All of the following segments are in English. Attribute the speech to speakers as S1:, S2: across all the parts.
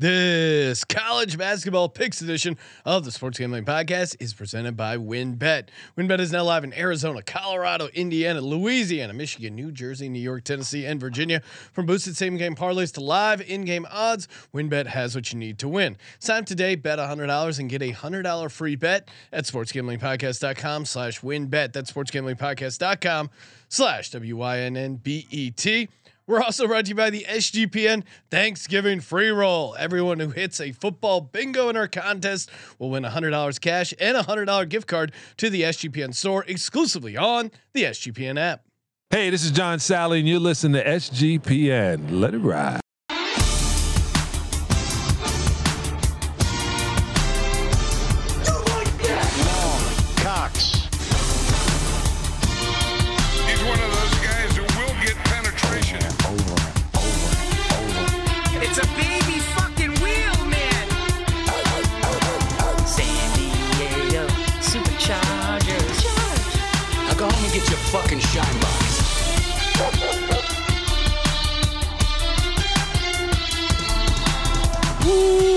S1: This college basketball picks edition of the Sports Gambling Podcast is presented by WinBet. WinBet is now live in Arizona, Colorado, Indiana, Louisiana, Michigan, New Jersey, New York, Tennessee, and Virginia. From boosted same game parlays to live in game odds, WinBet has what you need to win. Sign up today, bet $100 and get a $100 free bet at sportsgamblingpodcast.com slash winbet. That's sportsgamblingpodcast.com slash W-Y-N-N-B-E-T. We're also brought to you by the SGPN Thanksgiving free roll. Everyone who hits a football bingo in our contest will win $100 cash and a $100 gift card to the SGPN store exclusively on the SGPN app.
S2: Hey, this is John Sally, and you're listening to SGPN. Let it ride.
S3: Cox.
S4: He's one of those guys who will get penetration.
S5: It's a baby fucking wheel, man. San Diego Superchargers.
S6: Now go home and get your fucking shine box.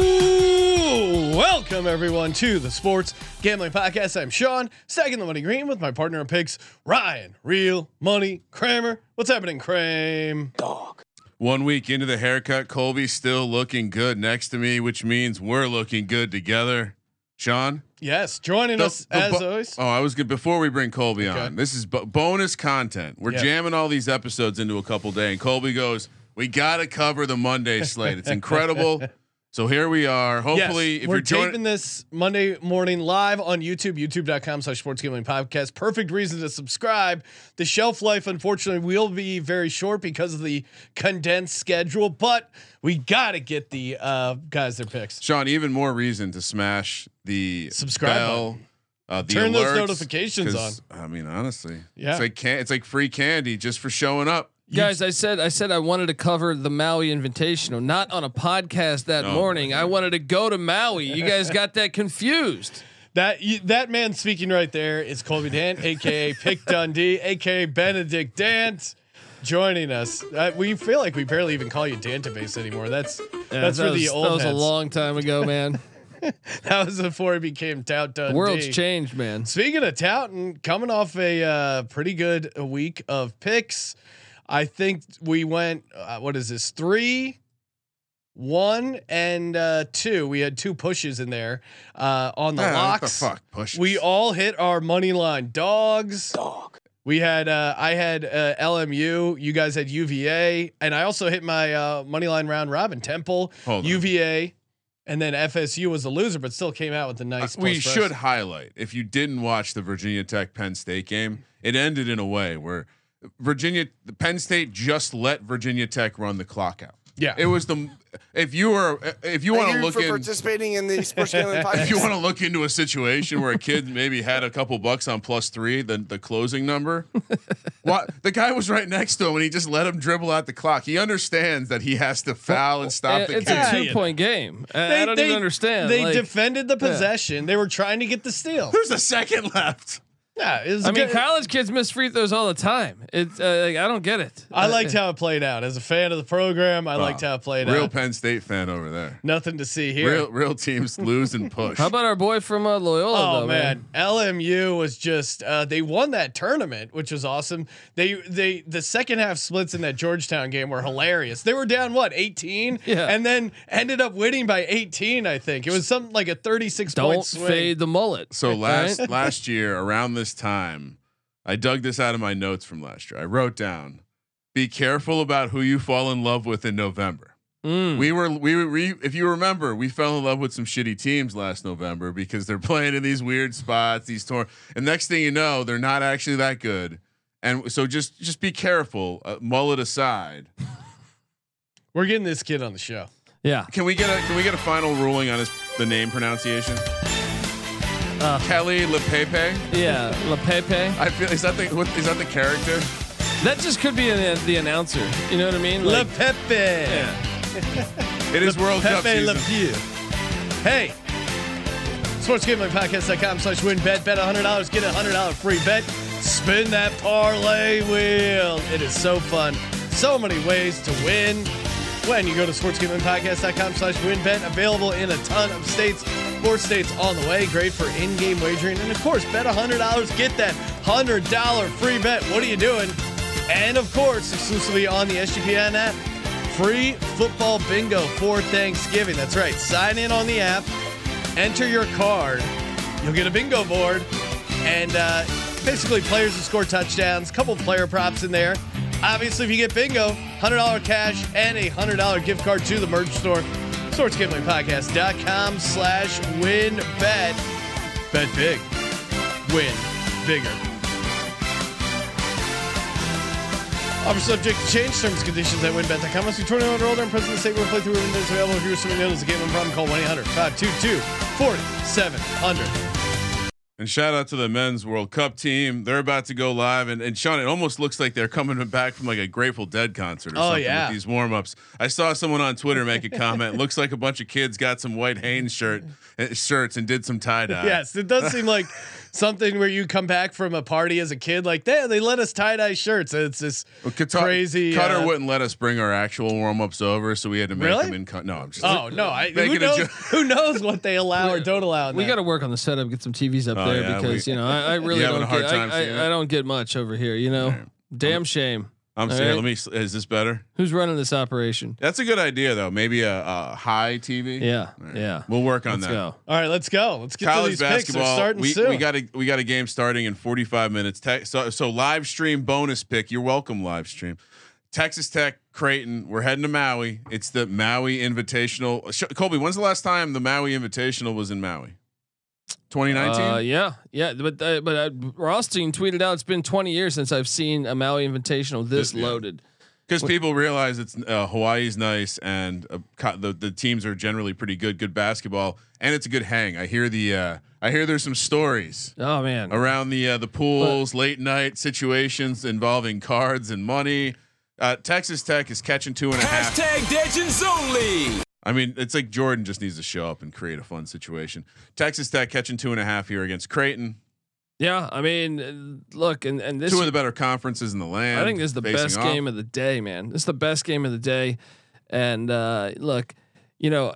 S1: Ooh, welcome everyone to the Sports Gambling Podcast. I'm Sean, stacking the money green with my partner in picks, Ryan, Real Money Kramer. What's happening, Kramer?
S7: One week into the haircut, Colby's still looking good next to me, which means we're looking good together. Sean,
S1: Yes, joining
S7: The-
S1: us
S7: the
S1: as
S7: bo-
S1: always.
S7: Oh, I was good before we bring Colby
S1: Okay.
S7: on. This is bo- bonus content. We're
S1: Yeah.
S7: jamming all these episodes into a couple day, and Colby goes, "We got to cover the Monday slate. It's incredible." so here we are. Hopefully,
S1: yes,
S7: if
S1: we're
S7: you're
S1: taping
S7: joining,
S1: this Monday morning live on YouTube, youtube.com slash sports gambling podcast. Perfect reason to subscribe. The shelf life, unfortunately, will be very short because of the condensed schedule, but we got to get the uh, guys their picks.
S7: Sean, even more reason to smash the
S1: Subscribe
S7: bell, uh, the
S1: Turn those
S7: alerts,
S1: notifications
S7: 'cause, I mean, honestly,
S1: Yeah.
S7: it's like can- it's like free candy just for showing up.
S8: Guys, I said I said I wanted to cover the Maui Invitational, not on a podcast that
S7: No.
S8: morning. I wanted to go to Maui. You guys got that confused.
S1: That you, that man speaking right there is Colby Dan, aka Pick Dundee, aka Benedict Dant, joining us. Uh, we feel like we barely even call you Dantabase anymore. That's that's
S8: that
S1: for
S8: was,
S1: the old.
S8: That was
S1: heads.
S8: a long time ago, man.
S1: That was before he became Tout Dundee.
S8: the world's changed, man.
S1: Speaking of Towton, coming off a uh, pretty good week of picks, I think we went. Uh, what is this? Three, one, and uh, two. We had two pushes in there uh, on the
S7: Yeah, what
S1: locks.
S7: the fuck pushes?
S1: We all hit our money line dogs. Dog. We had uh, I had uh, LMU. You guys had UVA, and I also hit my uh, money line round robin Temple,
S7: Hold on.
S1: UVA, and then FSU was a loser, but still came out with a nice.
S7: Uh, we
S1: plus price.
S7: should highlight if you didn't watch the Virginia Tech Penn State game, it ended in a way where Virginia the Penn State just let Virginia Tech run the clock out.
S1: Yeah.
S7: It was the if you were if you want
S3: Thank
S7: to
S3: you
S7: look
S3: for
S7: in
S3: participating in the Sports Gambling Podcast.
S7: if you want to look into a situation where a kid maybe had a couple bucks on plus 3 the the closing number. what the guy was right next to him and he just let him dribble out the clock. He understands that he has to foul and stop
S8: It-
S7: the
S8: it's
S7: kick.
S1: Yeah,
S8: a
S1: you know.
S8: two-point game. I, I don't even understand.
S1: They
S8: Like,
S1: defended the possession. They were trying to get the steal.
S7: There's a second left.
S1: Yeah, it was
S8: I mean,
S1: good.
S8: college kids miss free throws all the time. It's uh, like, I don't get it.
S1: I liked how it played out. As a fan of the program, I liked how it played
S8: uh,
S7: Real
S1: out.
S7: Penn State fan over there.
S1: Nothing to see here.
S7: Real real teams lose and push.
S8: How about our boy from uh, Loyola?
S1: Oh
S8: though,
S1: man. LMU was just uh, they won that tournament, which was awesome. They they the second half splits in that Georgetown game were hilarious. They were down what eighteen,
S8: Yeah.
S1: and then ended up winning by eighteen. I think it was something like a thirty six
S8: Don't
S1: point swing.
S8: fade the mullet.
S7: So
S8: Right?
S7: last last year around this time, I dug this out of my notes from last year. I wrote down, "Be careful about who you fall in love with in November."
S8: Mm.
S7: We were we were we, if you remember, we fell in love with some shitty teams last November because they're playing in these weird spots, these tour. And next thing you know, they're not actually that good. And so just just be careful. Uh, mullet aside,
S1: We're getting this kid on the show.
S8: yeah.
S7: can we get a can we get a final ruling on his the name pronunciation?
S1: Uh.
S7: Kelly Lepepe.
S8: Yeah. La Pepe.
S7: I feel is that the what, is that the character?
S8: That just could be an, the announcer. You know what I mean?
S1: Le
S8: Like,
S1: Pepe.
S7: It is World Cup
S1: Pepe Le
S7: season.
S1: Pew. Hey, sportsgamblingpodcast.com slash win bet. Bet $100. Get a $100 free bet. Spin that parlay wheel. It is so fun. So many ways to win. when you go to sportsgamblingpodcast.com slash winbet. Available in a ton of states. More states on the way. Great for in-game wagering. And of course, bet $100. Get that $100 free bet. What are you doing? And of course, exclusively on the SGPN app, free football bingo for Thanksgiving. That's right. Sign in on the app. Enter your card. You'll get a bingo board. And uh, basically, players who score touchdowns, couple player props in there. Obviously, if you get bingo, $100 cash and a $100 gift card to the merch store, sportsgamblingpodcast.com slash win bet. Bet big. Win bigger. Offer subject to change terms and conditions at winbet.com. Must be 21 or older and present in the state where playthrough winbet is available. If you're somebody who knows the game I'm from, call 1 800 522 4700.
S7: And shout out to the men's World Cup team. They're about to go live, and, and Sean, it almost looks like they're coming back from like a Grateful Dead concert. Or
S1: Oh,
S7: something
S1: yeah.
S7: with these warm ups. I saw someone on Twitter make a comment. looks like a bunch of kids got some white Hanes shirt uh, shirts and did some tie dye.
S1: Yes, it does seem like something where you come back from a party as a kid, like, they, they let us tie dye shirts. It's just
S7: Well, Qatar,
S1: crazy.
S7: Cutter
S1: uh,
S7: wouldn't let us bring our actual warm ups over, so we had to make
S1: Really?
S7: them in. Cut. No, I'm just.
S1: Oh no! I, who
S7: Making a
S1: knows?
S7: joke.
S1: Who knows what they allow or don't allow? in
S8: We
S1: that.
S8: got to work on the setup, get some TVs up
S7: Oh,
S8: there
S7: yeah,
S8: because
S7: we-
S8: you know I, I really
S7: having a
S8: don't
S7: hard
S8: get
S7: time
S8: I,
S7: seeing
S8: I, I
S7: it? Um,
S8: don't get much over here. You know, damn shame.
S7: I'm
S8: All
S7: saying.
S8: right.
S7: Let me. Is this better?
S8: Who's running this operation?
S7: That's a good idea, though. Maybe a, a high TV.
S8: Yeah,
S7: All right.
S8: yeah.
S7: We'll work on
S8: Let's
S7: that.
S8: go.
S1: All right, let's go. Let's get to
S7: College
S1: these picks. They're
S7: basketball.
S1: starting
S7: We,
S1: soon.
S7: we got a we got a game starting in 45 minutes. Te- so so live stream bonus pick. You're welcome. Live stream. Texas Tech Creighton. We're heading to Maui. It's the Maui Invitational. Sh- Colby, when's the last time the Maui Invitational was in Maui? 2019.
S8: Uh, yeah, yeah, but uh, but uh, Rothstein tweeted out it's been 20 years since I've seen a Maui Invitational this
S7: Yeah.
S8: loaded.
S7: Because people realize it's uh, Hawaii's nice and uh, co- the the teams are generally pretty good, good basketball, and it's a good hang. I hear the uh, I hear there's some stories
S8: Oh man,
S7: around the uh, the pools, late night situations involving cards and money. Uh, Texas Tech is catching two and a half.
S6: Legends only.
S7: I mean, it's like Jordan just needs to show up and create a fun situation. Texas Tech catching two and a half here against Creighton,
S8: yeah. I mean, uh, look, and and this
S7: two of the better conferences in the land.
S8: I think this is the
S7: facing
S8: best
S7: off.
S8: game of the day, man. This is the best game of the day. And uh, look, you know,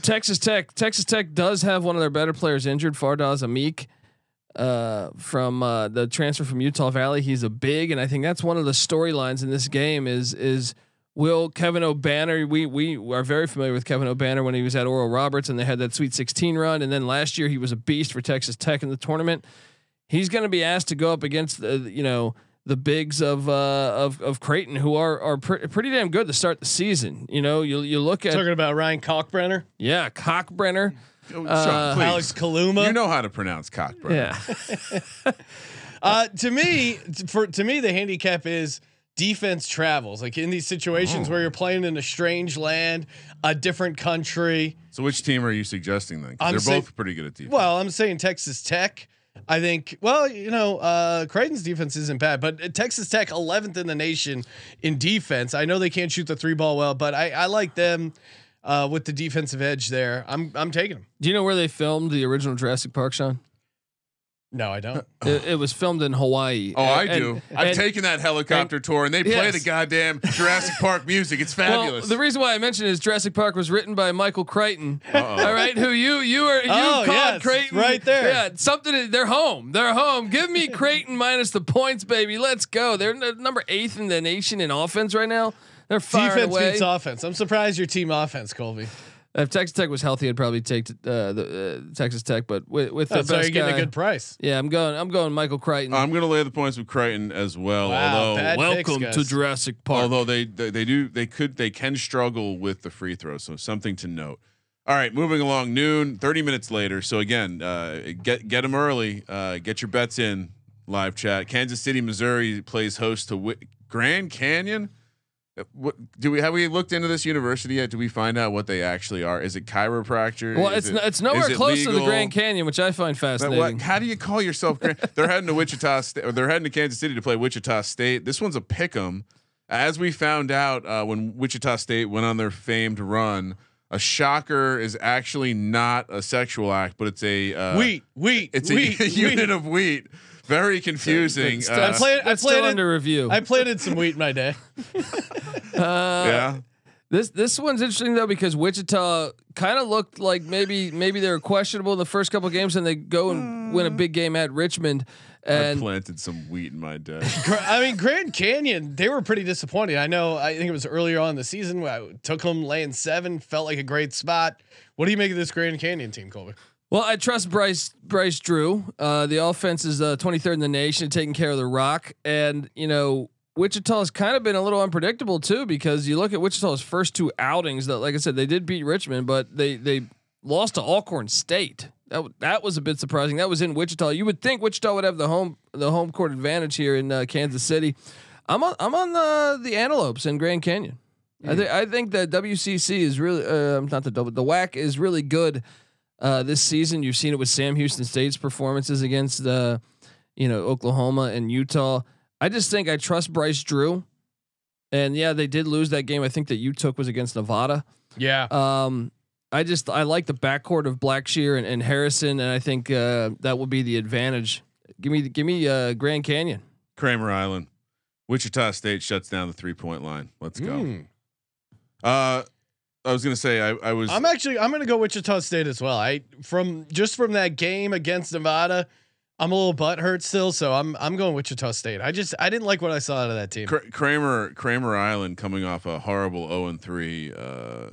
S8: Texas Tech, Texas Tech does have one of their better players injured, Fardaz Amik, uh, from uh, the transfer from Utah Valley. He's a big, and I think that's one of the storylines in this game is is will Kevin O'Banner. We we are very familiar with Kevin O'Banner when he was at Oral Roberts, and they had that Sweet 16 run, and then last year he was a beast for Texas Tech in the tournament he's going to be asked to go up against the you know the bigs of uh, of of Creighton who are are pre- pretty damn good to start the season. You know, you you look at
S1: talking about Ryan Kalkbrenner,
S8: yeah Cockbrenner,
S7: Oh, Sean,
S8: Uh,
S7: please.
S1: Alex Kaluma.
S7: you know how to pronounce cockburn.
S8: yeah,
S1: uh, to me, t- for to me, the handicap is defense travels. Like in these situations
S8: Mm.
S1: where you're playing in a strange land, a different country.
S7: So which team are you suggesting then? 'Cause
S1: I'm
S7: They're
S1: say-
S7: both pretty good at defense.
S1: Well, I'm saying Texas Tech. I think. Well, you know, uh, Creighton's defense isn't bad, but uh, Texas Tech, 11th in the nation in defense. I know they can't shoot the three ball well, but I, I like them uh, with the defensive edge there. I'm I'm taking them.
S8: do you know where they filmed the original Jurassic Park, Sean?
S1: No, I don't.
S8: It, it was filmed in Hawaii.
S7: oh, I
S8: And-
S7: do.
S8: and-
S7: I've
S8: and-
S7: taken that helicopter tour, and they play
S8: Yes.
S7: the goddamn Jurassic Park music. It's
S8: Well,
S7: fabulous.
S8: the reason why I mentioned is Jurassic Park was written by Michael Crichton. All right, who you you are you
S1: Oh,
S8: called
S1: yes,
S8: Creighton
S1: right there.
S8: Yeah, something. They're home. They're home. Give me Creighton minus the points, baby. Let's go. They're n- number eighth in the nation in offense right now. They're firing
S1: Defense
S8: away.
S1: beats offense. I'm surprised your team offense, Colby.
S8: If Texas Tech was healthy, I'd probably take uh, the uh, Texas Tech. But with, with the
S1: That's why you're
S8: best
S1: getting
S8: guy-
S1: a good price.
S8: yeah, I'm going. I'm going Michael Crichton.
S7: I'm going to lay the points with Creighton as well.
S1: Wow,
S7: although,
S1: bad picks,
S8: Welcome to
S1: guys.
S8: Jurassic Park.
S7: although they, they they do they could they can struggle with the free throw. So something to note. All right, moving along. Noon, 30 minutes later. So again, uh, get get them early. Uh, get your bets in. Live chat. Kansas City, Missouri plays host to Wi- Grand Canyon. Uh, What do we have? We looked into this university yet? Do we find out what they actually are? Is it chiropractor?
S8: well,
S7: Is
S8: it's
S7: it-
S8: n- it's
S7: is
S8: nowhere
S7: it
S8: close to the
S7: legal?
S8: Grand Canyon, which I find
S7: But
S8: fascinating.
S7: what, how do you call yourself? Grand? they're heading to Wichita. State, or they're heading to Kansas City to play Wichita State. This one's a pick 'em. As we found out uh, when Wichita State went on their famed run, a shocker is actually not a sexual act, but it's a uh,
S1: wheat, wheat,
S7: It's
S1: wheat,
S7: a
S1: wheat.
S7: unit of wheat. Very confusing.
S8: That's-
S7: Uh,
S1: I played. I
S8: That's still
S1: planted.
S8: under review.
S1: I planted some wheat in my day.
S7: yeah.
S8: This this one's interesting though because Wichita kind of looked like maybe maybe they were questionable in the first couple games, and they go and win a
S7: Mm.
S8: big game at Richmond.
S7: I
S8: And
S7: planted some wheat in my day.
S1: Gra- I mean, Grand Canyon, they were pretty disappointed. I know, I think it was earlier on in the season where I took them laying seven, felt like a great spot. What do you make of this Grand Canyon team, Colby?
S8: well, I trust Bryce Bryce Drew. Uh, the offense is uh, 23rd in the nation, taking care of the rock, and you know Wichita has kind of been a little unpredictable too because you look at Wichita's first two outings. That like I said, they did beat Richmond, but they they lost to Alcorn State. That w- that was a bit surprising. That was in Wichita. You would think Wichita would have the home the home court advantage here in uh, Kansas City. I'm on I'm on the the Antelopes in Grand Canyon. I think I think the WCC is really uh, not the double the WAC is really good uh, this season. You've seen it with Sam Houston State's performances against the you know Oklahoma and Utah. I just think I trust Bryce Drew. And yeah, they did lose that game. I think that you took was against Nevada.
S1: Yeah.
S8: Um, I just I like the backcourt of Blackshear and, and Harrison, and I think uh, that will be the advantage. Give me give me uh, Grand Canyon.
S7: Kramer Island. Wichita State shuts down the three point line. Let's go.
S1: Hmm.
S7: Uh, I was gonna say I, I was
S1: I'm actually I'm gonna go Wichita State as well. I from just from that game against Nevada, I'm a little butthurt still, so I'm I'm going Wichita State. I just I didn't like what I saw out of that team.
S7: Kra- Kramer Kramer Island coming off a horrible zero and three uh,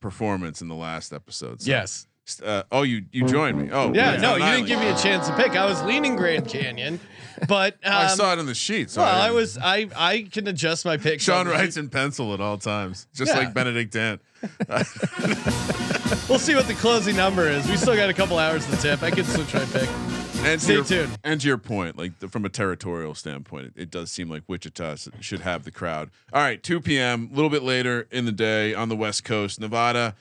S7: performance in the last episode. So,
S1: Yes.
S7: Uh, oh, you you joined me. Oh
S1: Yeah,
S7: Rhode
S1: no, you didn't
S7: Island.
S1: give me a chance to pick. I was leaning Grand Canyon, but um,
S7: I saw it in the sheets.
S1: Well, I was I I can adjust my pick.
S7: Sean writes in pencil at all times, just
S1: Yeah.
S7: like Benedict Dent.
S1: We'll see what the closing number is. We still got a couple hours to tip. I can switch my pick.
S7: And to
S1: Stay
S7: your,
S1: tuned.
S7: And to your point, like the, from a territorial standpoint, it, it does seem like Wichita s- should have the crowd. All right, 2 p.m. A little bit later in the day on the West Coast, Nevada,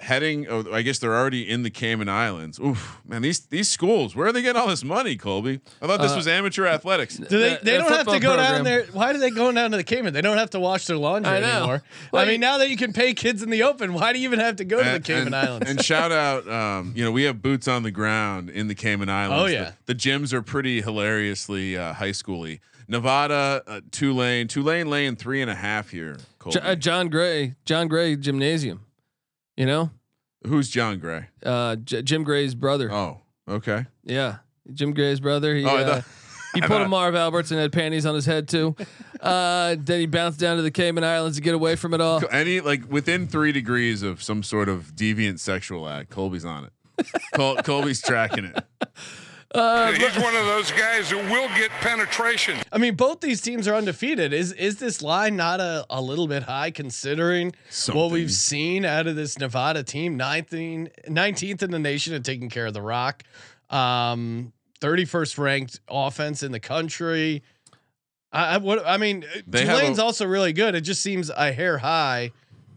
S7: heading. Oh, I guess they're already in the Cayman Islands. Oof, man, these these schools. Where are they getting all this money, Colby? I thought this
S1: Uh,
S7: was amateur athletics.
S1: Do they?
S8: The-
S1: They
S8: the
S1: don't have to
S8: football
S1: go down
S8: program.
S1: there. Why are they going down to the Cayman? They don't have to wash their laundry
S8: I know.
S1: anymore. I
S8: Like-
S1: mean, now that you can pay kids in the open, why do you even have to go to the Cayman Islands?
S7: and shout out, um, you know, we have boots on the ground in the Cayman Islands.
S1: Oh, yeah.
S7: the, the gyms are pretty hilariously uh, high schooly. Nevada, uh, Tulane, Tulane laying three and a half here. Colby.
S8: Jo- uh, John Gray, John Gray Gymnasium. You know,
S7: Who's John Gray?
S8: uh, J- Jim Gray's brother.
S7: Oh, okay.
S8: Yeah, Jim Gray's brother. He,
S7: Oh, I
S8: uh,
S7: thought-
S8: he
S7: I
S8: pulled a
S7: thought-
S8: Marv Alberts and had panties on his head too. Uh, then he bounced down to the Cayman Islands to get away from it all.
S7: Any like within three degrees of some sort of deviant sexual act, Colby's on it. Col- Colby's tracking it.
S4: He's one of those guys who will get penetration.
S1: I mean, both these teams are undefeated. Is is this line not a, a little bit high considering what
S7: Something.
S1: we've seen out of this Nevada team? 19, 19th in the nation and taking care of the Rock. Um, 31st ranked offense in the country. I, I what I mean, uh,
S7: They have
S1: Tulane's
S7: a-
S1: also really good. It just seems a hair high.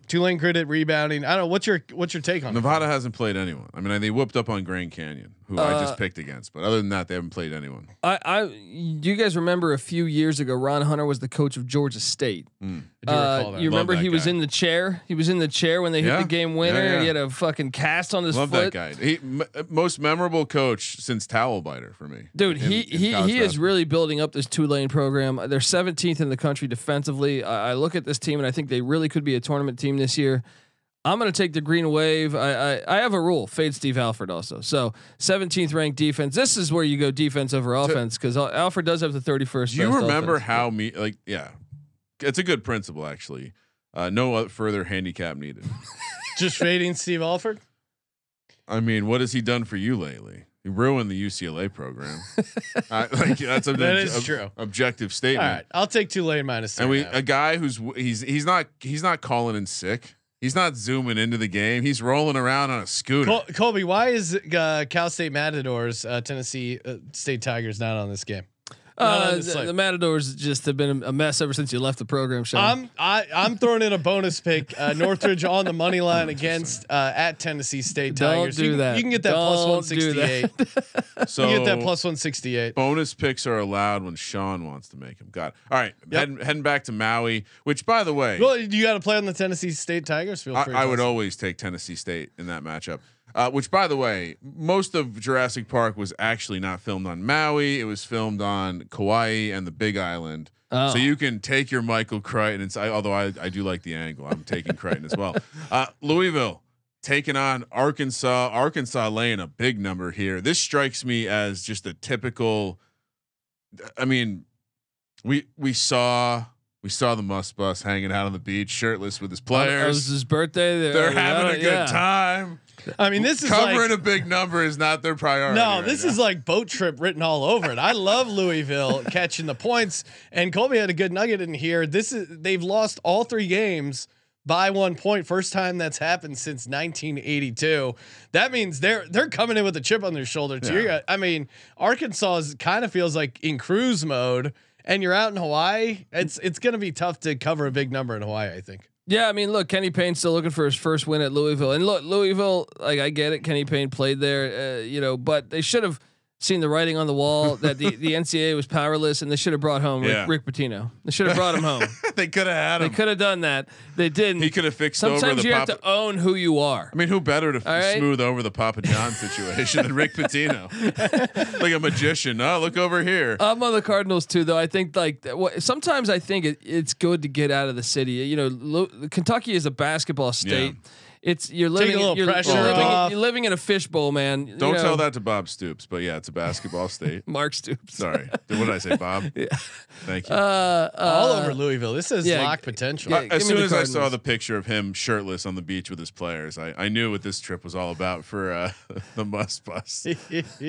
S1: Tulane good at rebounding. I don't know. What's your what's your take on it?
S7: Nevada hasn't played anyone. I mean, they whooped up on Grand Canyon, who I just picked against. But other than that, they haven't played anyone.
S8: I, I, do you guys remember a few years ago? Ron Hunter was the coach of Georgia State.
S1: I do recall
S8: Uh,
S1: that.
S8: you remember
S7: that
S8: he was
S7: guy.
S8: in the chair. He was in the chair when they
S7: Yeah.
S8: hit the game winner.
S7: Yeah, yeah.
S8: He had a fucking cast on his
S7: Love
S8: foot.
S7: that guy. He m- most memorable coach since towel biter for me.
S8: Dude,
S7: in-
S8: he
S7: in
S8: he
S7: college
S8: he is
S7: basketball.
S8: really building up this two lane program. They're 17th in the country defensively. I, I look at this team and I think they really could be a tournament team this year. I'm going to take the green wave. I, I I have a rule: fade Steve Alford also. So 17th ranked defense. This is where you go defense over offense because Alford does have the 31st.
S7: Do you
S8: best
S7: remember
S8: offense.
S7: how me like yeah? It's a good principle actually. Uh, no oth- further handicap needed.
S1: Just fading Steve Alford.
S7: I mean, what has he done for you lately? He ruined the UCLA program. I, like that's an
S1: That
S7: obj-
S1: is
S7: ob-
S1: true.
S7: objective
S1: All
S7: statement.
S1: right, I'll take Tulane minus. three
S7: And we
S1: now.
S7: a guy who's w- he's he's not he's not calling in sick. He's not zooming into the game. He's rolling around on a scooter.
S1: Col- Colby, why is uh, Cal State Matadors, uh, Tennessee uh, State Tigers not on this game? Not on
S8: Uh,
S1: this
S8: the,
S1: slate.
S8: the Matadors just have been a mess ever since you left the program, Sean.
S1: I'm I, I'm throwing in a bonus pick. Uh, Northridge on the money line against uh, at Tennessee State
S8: Don't
S1: Tigers.
S8: do
S1: you, can-
S8: that.
S1: You can get that plus
S8: Don't do
S1: 168.
S8: that.
S7: so
S1: You can get
S7: Oh.
S1: that plus 168.
S7: bonus picks are allowed when Sean wants to make them. Got it. All right, heading, heading back to Maui, which by the way,
S1: Well, you got to play on the Tennessee State Tigers. Feel free.
S7: I, I
S1: to
S7: would
S1: listen.
S7: always take Tennessee State in that matchup. Uh, which, by the way, most of Jurassic Park was actually not filmed on Maui. It was filmed on Kauai and the Big Island.
S8: Oh.
S7: So you can take your Michael Crichton. And, I, although I, I do like the angle, I'm taking Crichton as well. Uh, Louisville taking on Arkansas. Arkansas laying a big number here. This strikes me as just a typical. I mean, we we saw we saw the Must Bus hanging out on the beach, shirtless with his
S8: It Oh, was
S7: players.
S8: his birthday. They-
S7: They're
S8: they-
S7: having a good
S8: yeah.
S7: time.
S1: I mean, this is
S7: Covering
S1: like,
S7: a big number is not their priority.
S1: no,
S7: right
S1: this
S7: now.
S1: is like boat trip written all over it. I love Louisville catching the points, and Colby had a good nugget in here. This is they've lost all three games by one point. First time that's happened since 1982. That means they're they're coming in with a chip on their shoulder too.
S7: Yeah.
S1: I mean, Arkansas is, kind of feels like in cruise mode. And you're out in Hawaii. It's it's going to be tough to cover a big number in Hawaii. I think.
S8: Yeah, I mean, look, Kenny Payne's still looking for his first win at Louisville, and look, Louisville, like I get it, Kenny Payne played there, uh, you know, but they should have seen the writing on the wall that the the NCAA was powerless, and they should have brought home
S7: Yeah.
S8: Rick, Rick Pitino. They should have brought him home.
S7: they could have had
S8: they
S7: him.
S8: could have done that. They didn't.
S7: He could have fixed over
S8: Sometimes
S7: the
S8: you have
S7: Papa.
S8: to own who you are.
S7: I mean, who better to f-
S8: All right.
S7: smooth over the Papa John situation than Rick Pitino, like a magician? Oh, look over here.
S8: I'm on the Cardinals too, though. I think like that- what- sometimes I think it, it's good to get out of the city. You know, Lu- Kentucky is a basketball state. It's you're living
S1: a little
S8: you're,
S1: pressure
S8: you're living,
S1: off.
S8: you're living in a fishbowl, man. You
S7: Don't
S8: know,
S7: tell that to Bob Stoops, but yeah, it's a basketball state.
S8: Mark Stoops. Uh,
S7: Sorry, what did I say, Bob? Thank you.
S1: All over Louisville. This is
S8: yeah,
S1: lock potential.
S8: yeah.
S7: as
S8: give me
S7: soon
S8: the
S7: as I saw
S8: Cardinals.
S7: the picture of him shirtless on the beach with his players, I, I knew what this trip was all about for uh, the must bus.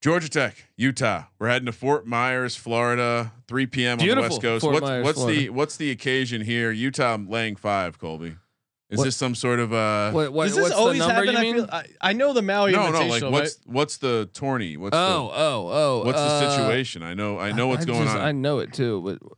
S7: Georgia Tech, Utah. We're heading to Fort Myers, Florida, 3 p.m. on the
S8: Beautiful
S7: West Coast.
S8: Fort
S7: what's
S8: Myers,
S7: what's the
S8: Florida.
S7: what's the occasion here? Utah laying five, Colby. Is
S8: What-
S7: this some sort of uh
S8: What, what,
S1: Does this
S8: what's
S1: always
S8: the number
S1: happen?
S8: you mean?
S1: I, feel, I, I know the Maui
S7: no, no,
S1: Invitational.
S7: like
S1: but-
S7: what's what's the tourney? What's
S8: oh, oh,
S7: the
S8: oh.
S7: what's the
S8: uh,
S7: situation? I know I know what's
S8: I
S7: going
S8: just-
S7: on.
S8: I know it too, but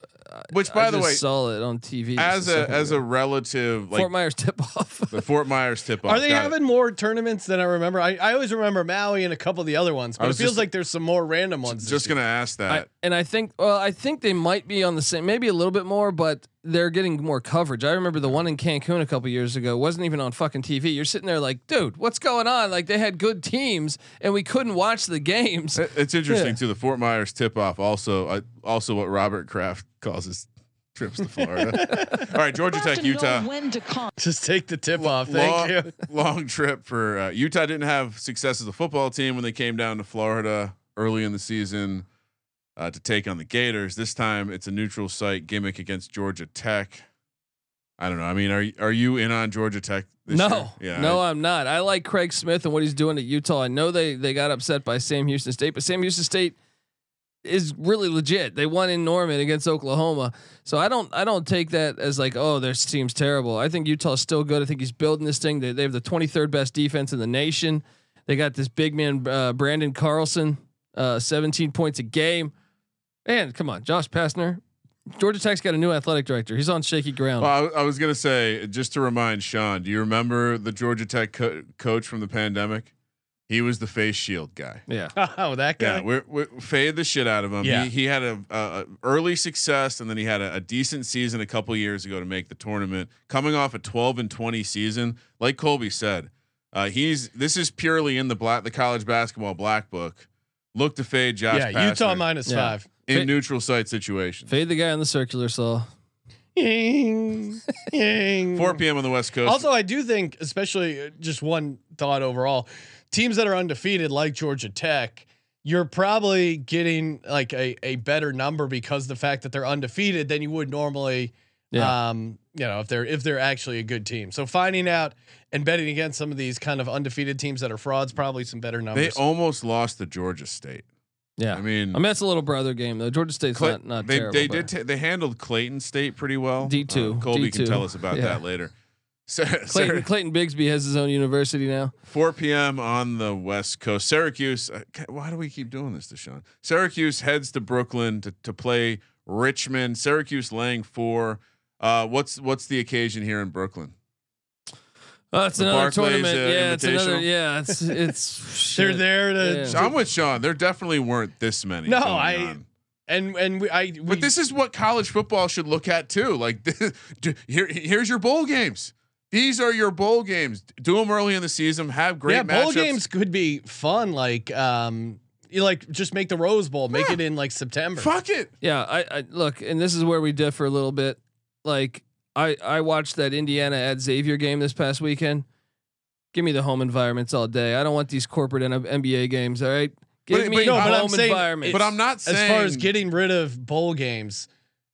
S7: Which,
S8: I
S7: by the
S8: just
S7: way,
S8: saw it on TV. just
S7: as a
S8: second
S7: as
S8: ago.
S7: a relative like
S8: Fort Myers tip off.
S7: the Fort Myers tip off.
S1: Are they having more tournaments than I remember? I, I always remember Maui and a couple of the other ones,
S7: I
S1: but it
S7: was
S1: feels
S7: just-
S1: like there's some more random ones.
S7: just
S1: this
S7: gonna ask
S8: I,
S7: that.
S8: and I think, well, I think they might be on the same, maybe a little bit more, but they're getting more coverage. I remember the one in Cancun a couple years ago wasn't even on fucking TV. You're sitting there like, dude, what's going on? Like they had good teams and we couldn't watch the games.
S7: It- It's interesting
S8: Yeah.
S7: too. The Fort Myers tip off also uh, also what Robert Kraft calls his trips to Florida. All right, Georgia Tech, Utah.
S1: year. Just take the tip off.
S7: long,
S1: Thank you.
S7: long trip for uh, Utah. Didn't have success as a football team when they came down to Florida early in the season uh, to take on the Gators. This time, it's a neutral site gimmick against Georgia Tech. I don't know. I mean, are y- are you in on Georgia Tech? This
S8: No,
S7: year?
S8: no, I'm not. I like Craig Smith and what he's doing at Utah. I know they they got upset by Sam Houston State, but Sam Houston State is really legit. They won in Norman against Oklahoma, so I don't I don't take that as like oh their team's terrible. I think Utah's still good. I think he's building this thing. They, they have the 23rd best defense in the nation. They got this big man uh, Brandon Carlson, uh, 17 points a game. And come on, Josh Pastner. Georgia Tech's got a new athletic director. He's on shaky ground.
S7: Well, I, I was gonna say just to remind Sean. Do you remember the Georgia Tech co- coach from the pandemic? He was the face shield guy.
S8: yeah.
S1: Oh, that guy.
S7: Yeah, we're, we're fade the shit out of him.
S1: Yeah.
S7: He, he had a, a a early success, and then he had a, a decent season a couple years ago to make the tournament. Coming off a twelve and twenty season, like Colby said, uh, he's this is purely in the black the college basketball black book. Look to fade Josh.
S1: yeah, Utah
S7: Pastner
S1: minus
S8: Yeah.
S1: five.
S7: in neutral site situations.
S8: Fade the guy on the circular saw.
S1: Ying, ying.
S7: Four p.m. on the West Coast.
S1: Also, I do think, especially uh, just one thought overall, teams that are undefeated like Georgia Tech, you're probably getting like a, a better number because the fact that they're undefeated than you would normally.
S8: Yeah.
S1: Um, you know, if they're if they're actually a good team. So finding out and betting against some of these kind of undefeated teams that are frauds, probably some better
S7: they
S1: numbers.
S7: almost lost to Georgia State.
S8: Yeah.
S7: I mean,
S8: I mean, that's a little brother game though. Georgia State's
S7: Clay-
S8: not not
S7: they,
S8: terrible.
S7: they
S8: but-
S7: did. ta- they handled Clayton State pretty well. Uh,
S8: D2,
S7: Colby can
S8: D2.
S7: tell us about
S8: Yeah.
S7: that later. Sa-
S8: Clayton, Clayton Bigsby has his own university now.
S7: 4 p.m. on the West Coast. Syracuse. uh, ca- Why do we keep doing this, Deshaun? Syracuse heads to Brooklyn to, to play Richmond. Syracuse laying four. Uh, what's what's the occasion here in Brooklyn?
S8: Oh, it's
S7: The
S8: another
S7: Barclays,
S8: tournament.
S7: uh,
S8: yeah, it's another.
S7: Invitational?
S8: Yeah, it's it's.
S1: they're
S8: shit.
S1: there to
S8: Yeah.
S7: So I'm with Sean. There definitely weren't this many.
S1: No,
S7: going
S1: I-
S7: on.
S1: and and we, I we,
S7: But this is what college football should look at too. Like, do- here, here's your bowl games. These are your bowl games. Do them early in the season. Have great
S1: yeah, bowl
S7: matchups.
S1: games could be fun. Like, um, you like just make the Rose Bowl, make
S7: Yeah.
S1: it in like September.
S7: Fuck it.
S8: Yeah, I, I look, and this is where we differ a little bit. Like I I watched that Indiana at Xavier game this past weekend. Give me the home environments all day. I don't want these corporate N- NBA games. All right, give
S7: But-
S8: me
S7: but no,
S8: home
S7: but
S1: I'm saying
S8: environments.
S7: But I'm not
S1: As
S7: saying
S1: far as getting rid of bowl games,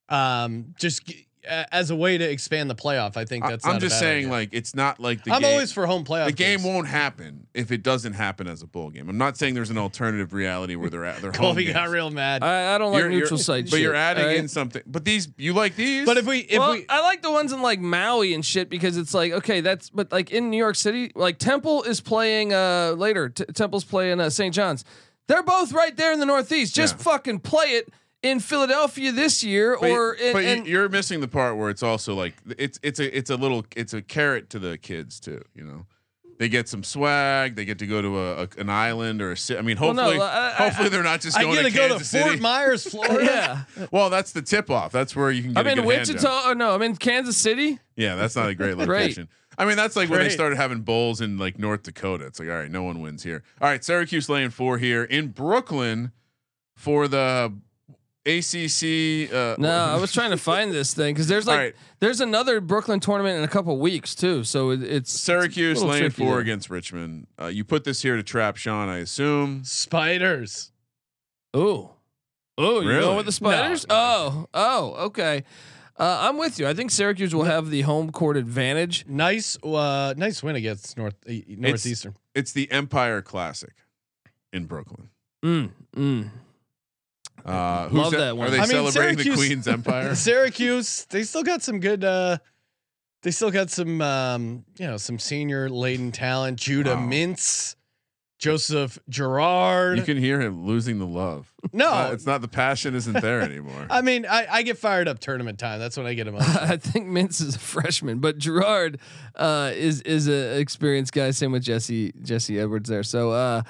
S1: um, just g- a- as a way to expand the playoff, I think
S7: I,
S1: that's.
S7: am
S1: not a
S7: just
S1: bad
S7: saying
S1: idea.
S7: like it's not like the
S1: I'm
S7: game.
S1: always for home playoff.
S7: the game
S1: games.
S7: won't happen if it doesn't happen as a bowl game. I'm not saying there's an alternative reality where they're at. They're home
S1: Colby
S7: games.
S1: got real mad.
S8: I, I don't like
S7: You're- you're-
S8: neutral site.
S7: but
S8: shit,
S7: you're adding
S8: all right?
S7: in something. But these you like these.
S1: but if we if
S8: well,
S1: we
S8: I like the ones in like Maui and shit because it's like okay, that's but like in New York City, like Temple is playing uh later. T- Temple's playing uh, St. John's. They're both right there in the Northeast. Just
S7: Yeah.
S8: fucking play it in Philadelphia this year
S7: But,
S8: or in,
S7: but you-
S8: and-
S7: you're missing the part where it's also like it's it's a it's a little it's a carrot to the kids too. You know, they get some swag. They get to go to a, a an island or a city. I mean,
S8: Well, no,
S7: hopefully,
S8: I- I-
S7: hopefully they're not just
S1: I
S7: going
S1: get
S7: to
S1: to go to
S7: Kansas City.
S1: Fort Myers, Florida.
S8: yeah.
S7: Well, that's the tip off. That's where you can get.
S8: I'm
S7: a
S8: in
S7: good hand job.
S8: Wichita. Oh no, I'm in Kansas City.
S7: Yeah, that's not a great location. I mean, that's like when they
S1: Great.
S7: started having bowls in like North Dakota. It's like, all right, no one wins here. All right, Syracuse laying four here in Brooklyn for the ACC. Uh,
S8: No, I was trying to find this thing because there's like
S7: All right.
S8: there's another Brooklyn tournament in a couple weeks too. So it, it's
S7: Syracuse
S8: it's a little
S7: laying
S8: tricky
S7: four
S8: there.
S7: against Richmond. Uh, you put this here to trap Sean, I assume.
S1: Spiders.
S8: Ooh. Oh, you're
S7: Really?
S8: going with the spiders? oh, oh, okay. Uh, I'm with you. I think Syracuse will have the home court advantage.
S1: Nice, uh, nice win against North uh, Northeastern.
S7: It's the Empire Classic in Brooklyn.
S8: Mm, mm.
S7: Uh,
S8: Love
S7: who's
S8: that one.
S7: Are they
S1: I mean,
S7: celebrating the
S1: Syracuse-
S7: Queen's Empire?
S1: Syracuse. They still got some good. Uh, they still got some, um, you know, some senior laden talent. Judah
S7: Wow.
S1: Mintz, Joseph Gerard.
S7: You can hear him losing the love.
S1: no,
S7: Uh, it's not the passion isn't there anymore.
S1: I mean, I, I get fired up tournament time. That's when I get him.
S8: I think Mintz is a freshman, but Gerard uh, is is a experienced guy. Same with Jesse Jesse Edwards there. So uh,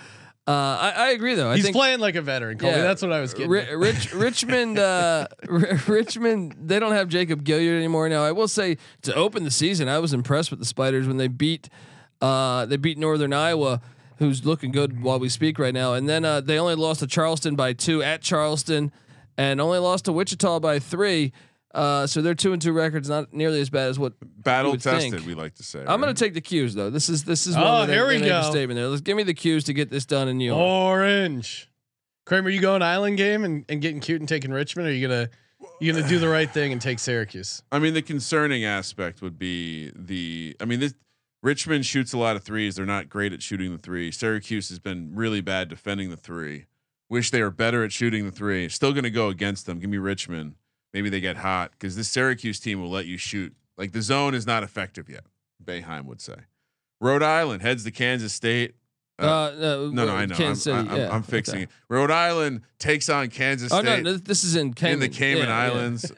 S8: uh, I, I agree though. I
S1: He's
S8: think
S1: playing like a veteran. Colby.
S8: Yeah.
S1: That's what I was getting.
S8: Ri-
S1: at.
S8: Rich, Richmond, uh, R- Richmond, they don't have Jacob Gilliard anymore now. I will say to open the season, I was impressed with the Spiders when they beat uh, they beat Northern Iowa, who's looking good while we speak right now. And then uh, they only lost to Charleston by two at Charleston, and only lost to Wichita by three. Uh, so their two and two records not nearly as bad as what you
S7: Battle
S8: would
S7: tested,
S8: think.
S7: we like to say.
S8: I'm going
S7: right?
S8: to take the cues though. This is this is
S1: Oh,
S8: one where they-
S1: here we
S8: they made a
S1: go. Oh.
S8: statement there. Let's give me the cues to get this done in New York.
S1: Orange. Kramer, you going island game and, and getting cute and taking Richmond? Or are you gonna you gonna do the right thing and take Syracuse?
S7: I mean, the concerning aspect would be the. I mean, this Richmond shoots a lot of threes. They're not great at shooting the three. Syracuse has been really bad defending the three. Wish they were better at shooting the three. Still going to go against them. Give me Richmond. Maybe they get hot because this Syracuse team will let you shoot. Like the zone is not effective yet. Bayheim would say. Rhode Island heads to Kansas State.
S8: Uh, no,
S7: No, no, I know.
S8: Kansas
S7: I'm,
S8: City,
S7: I, am
S8: yeah.
S7: I'm fixing
S8: Okay.
S7: it. Rhode Island takes on Kansas
S8: Oh
S7: State
S8: no, no, this is in Cayman.
S7: in the Cayman
S8: Yeah, yeah.
S7: Islands.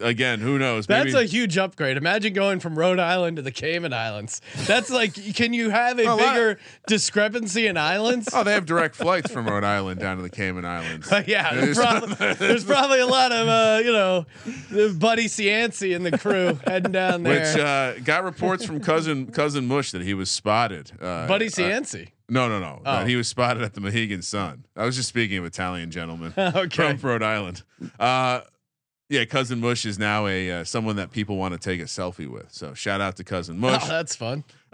S7: Again, who knows?
S1: That's a huge upgrade. Imagine going from Rhode Island to the Cayman Islands. That's like, can you have a
S7: A lot.
S1: bigger discrepancy in islands?
S7: Oh, they have direct flights from Rhode Island down to the Cayman Islands.
S1: yeah, there's
S7: There's-
S1: probably, there's probably a lot of uh, you know, the Buddy Cianci and the crew heading down there.
S7: Which uh, got reports from cousin cousin Mush that he was spotted. Uh,
S1: Buddy
S7: uh,
S1: Cianci.
S7: no, no, no,
S1: Oh.
S7: that He was spotted at the Mohegan Sun. I was just speaking of Italian gentlemen
S1: okay.
S7: from Rhode Island. Uh, yeah, cousin Mush is now a uh, someone that people want to take a selfie with. So shout out to cousin
S1: Oh,
S7: Mush.
S1: that's fun.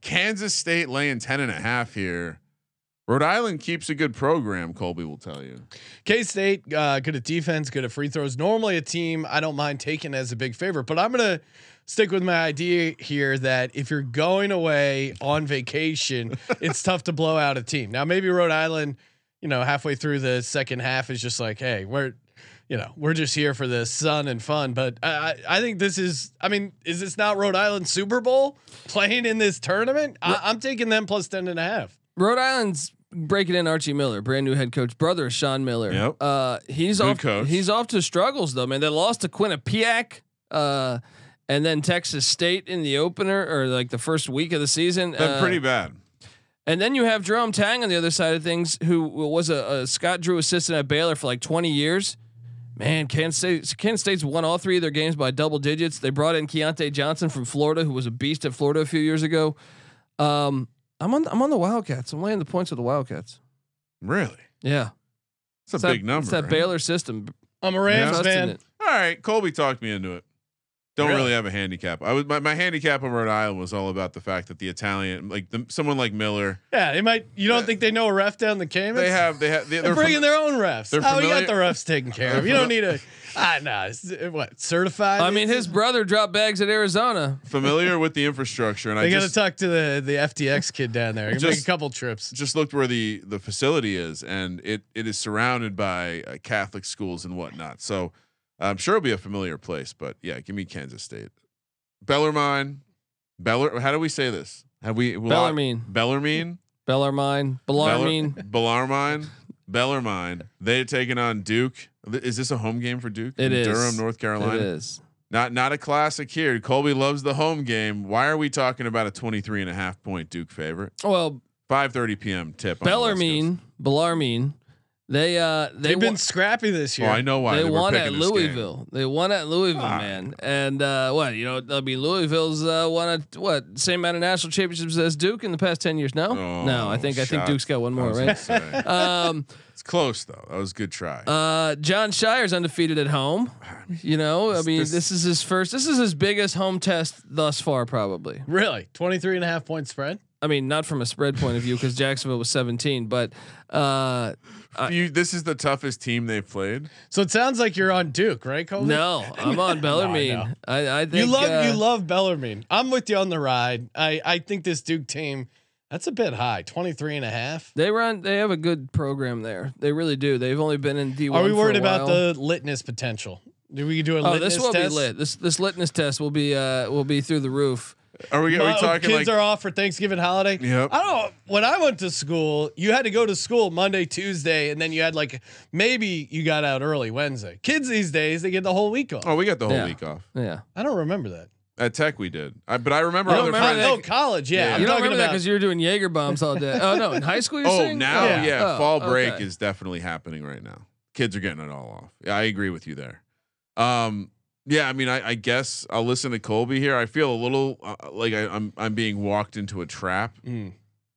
S7: Kansas State laying ten and a half here. Rhode Island keeps a good program. Colby will tell you.
S1: K State, uh, good at defense, good at free throws. Normally, a team I don't mind taking as a big favorite, but I'm going to stick with my idea here that if you're going away on vacation, it's tough to blow out a team. Now, maybe Rhode Island, you know, halfway through the second half is just like, hey, we're, you know, we're just here for the sun and fun. But I, I I think this is, I mean, is this not Rhode Island Super Bowl playing in this tournament? I, I'm taking them plus 10 and a half.
S8: Rhode Island's breaking in Archie Miller, brand new head coach, brother of Sean Miller.
S7: Yep.
S8: Uh, he's
S7: Good
S8: off.
S7: coach.
S8: He's off to struggles though, man. They lost to Quinnipiac, uh, and then Texas State in the opener or like the first week of the season.
S7: Been
S8: Uh,
S7: pretty bad.
S8: And then you have Jerome Tang on the other side of things, who was a, a Scott Drew assistant at Baylor for like 20 years. Man, Kansas, State, Kansas State's won all three of their games by double digits. They brought in Keontae Johnson from Florida, who was a beast at Florida a few years ago. Um, I'm on I'm on the Wildcats. I'm laying the points with the Wildcats.
S7: Really?
S8: Yeah,
S7: It's a
S8: It's that-
S7: big number.
S8: It's that
S7: right?
S8: Baylor system.
S1: I'm a Rams
S8: Trust in
S1: fan.
S8: it.
S7: All right, Colby talked me into it. Don't
S1: Really?
S7: really have a handicap. I was my, my handicap on Rhode Island was all about the fact that the Italian, like the, someone like Miller,
S1: Yeah, they might. You don't think they know a ref down the Caymans?
S7: they have they have they,
S1: They're
S7: they're
S1: bringing
S7: fami-
S1: their own refs.
S7: they're
S1: Oh, we got
S7: familiar-
S1: the refs taken care
S7: They're
S1: of. You don't
S7: fami-
S1: need a ah no. it's- what certified?
S8: I mean, his brother dropped bags at Arizona.
S7: familiar with the infrastructure, and I
S1: They got to
S7: just
S1: talk to the the FTX kid down there. Just, make a
S7: Just-
S1: couple trips.
S7: just looked where the the facility is, and it it is surrounded by uh, Catholic schools and whatnot. So I'm sure it'll be a familiar place. But yeah, give me Kansas State, Bellarmine, Beller. How do we say this? Have we
S8: Bellarmine.
S7: Bellarmine,
S8: Bellarmine,
S7: Beller-
S8: Bellarmine.
S7: Bellarmine, Bellarmine. They're taking on Duke. Is this a home game for Duke?
S8: It
S7: in
S8: is.
S7: Durham, North Carolina.
S8: It is.
S7: Not not a classic here. Colby loves the home game. Why are we talking about a 23 and a half point Duke favorite?
S8: Well,
S7: 5:30 p.m. tip. on the West Coast.
S8: Bellarmine, Bellarmine. They uh they
S1: They've been
S8: wa-
S1: scrappy this
S7: Oh,
S1: year.
S7: I know why
S8: they,
S7: were
S8: won at
S7: picking this game.
S8: Louisville. They won at Louisville,
S7: Ah.
S8: man. And uh what, you know, I mean Louisville's uh won a what, same amount of national championships as Duke in the past 10 years No,
S7: Oh,
S8: no, I think I think
S7: shot.
S8: Duke's got one
S7: I
S8: more,
S7: was gonna
S8: right?
S7: say.
S8: um
S7: it's close though. That was a good try.
S8: uh John Shire's undefeated at home. You know, I
S7: This-
S8: mean,
S7: this-
S8: this is his first this is his biggest home test thus far probably.
S1: Really, 23 and a half point spread.
S8: I mean, not from a spread point of view cuz Jacksonville was 17, but uh
S7: You- this is the toughest team they've played.
S1: So it sounds like you're on Duke, right, Kobe?
S8: No, I'm on Bellarmine.
S1: know.
S8: I, I, think
S1: you love
S8: uh,
S1: you love Bellarmine. I'm with you on the ride. I I think this Duke team that's a bit high, 23 and a half.
S8: They run. They have a good program there. They really do. They've only been in D one.
S1: Are we worried about the litmus potential? Do we do a
S8: Oh,
S1: litmus
S8: this will
S1: test?
S8: be lit. This this litmus test will be uh will be through the roof.
S7: Are we, are we
S1: My
S7: talking
S1: Oh, kids
S7: like
S1: are off for Thanksgiving holiday.
S7: Yep.
S1: I don't. When I went to school, you had to go to school Monday, Tuesday, and then you had like maybe you got out early Wednesday. Kids these days they get the whole week off.
S7: Oh, we got the whole
S8: Yeah.
S7: week off.
S8: Yeah.
S1: I don't remember that.
S7: At Tech we did. I, but I remember
S8: You don't
S7: other
S8: remember
S7: friends-
S8: that?
S1: oh, college. Yeah,
S7: Yeah.
S1: I'm
S8: you don't
S1: talking
S8: remember that
S1: about.
S8: because you were doing Jaeger bombs all day. Oh no, in high school you're
S7: oh,
S8: saying?
S7: now,
S1: Yeah.
S7: yeah.
S8: Oh,
S7: fall break
S8: okay.
S7: is definitely happening right now. Kids are getting it all off. Yeah, I agree with you there. Um, yeah, I mean, I, I guess I'll listen to Colby here. I feel a little uh, like I, I'm I'm being walked into a trap.
S1: Mm.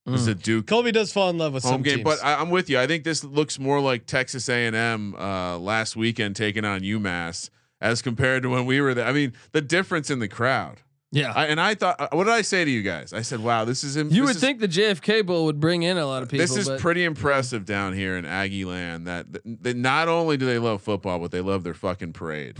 S7: This is a Duke
S1: Colby does fall in love with some
S7: home game,
S1: teams.
S7: but I, I'm with you. I think this looks more like Texas A&M uh, last weekend taking on UMass as compared to when we were there. I mean, the difference in the crowd.
S8: Yeah.
S7: I, and I thought, uh, what did I say to you guys? I said, "Wow, this is im-
S8: you
S7: this
S8: would
S7: is-
S8: think the JFK Bowl would bring in a lot of people.
S7: this is
S8: but
S7: pretty impressive down here in Aggie Land. That, that, that not only do they love football, but they love their fucking parade.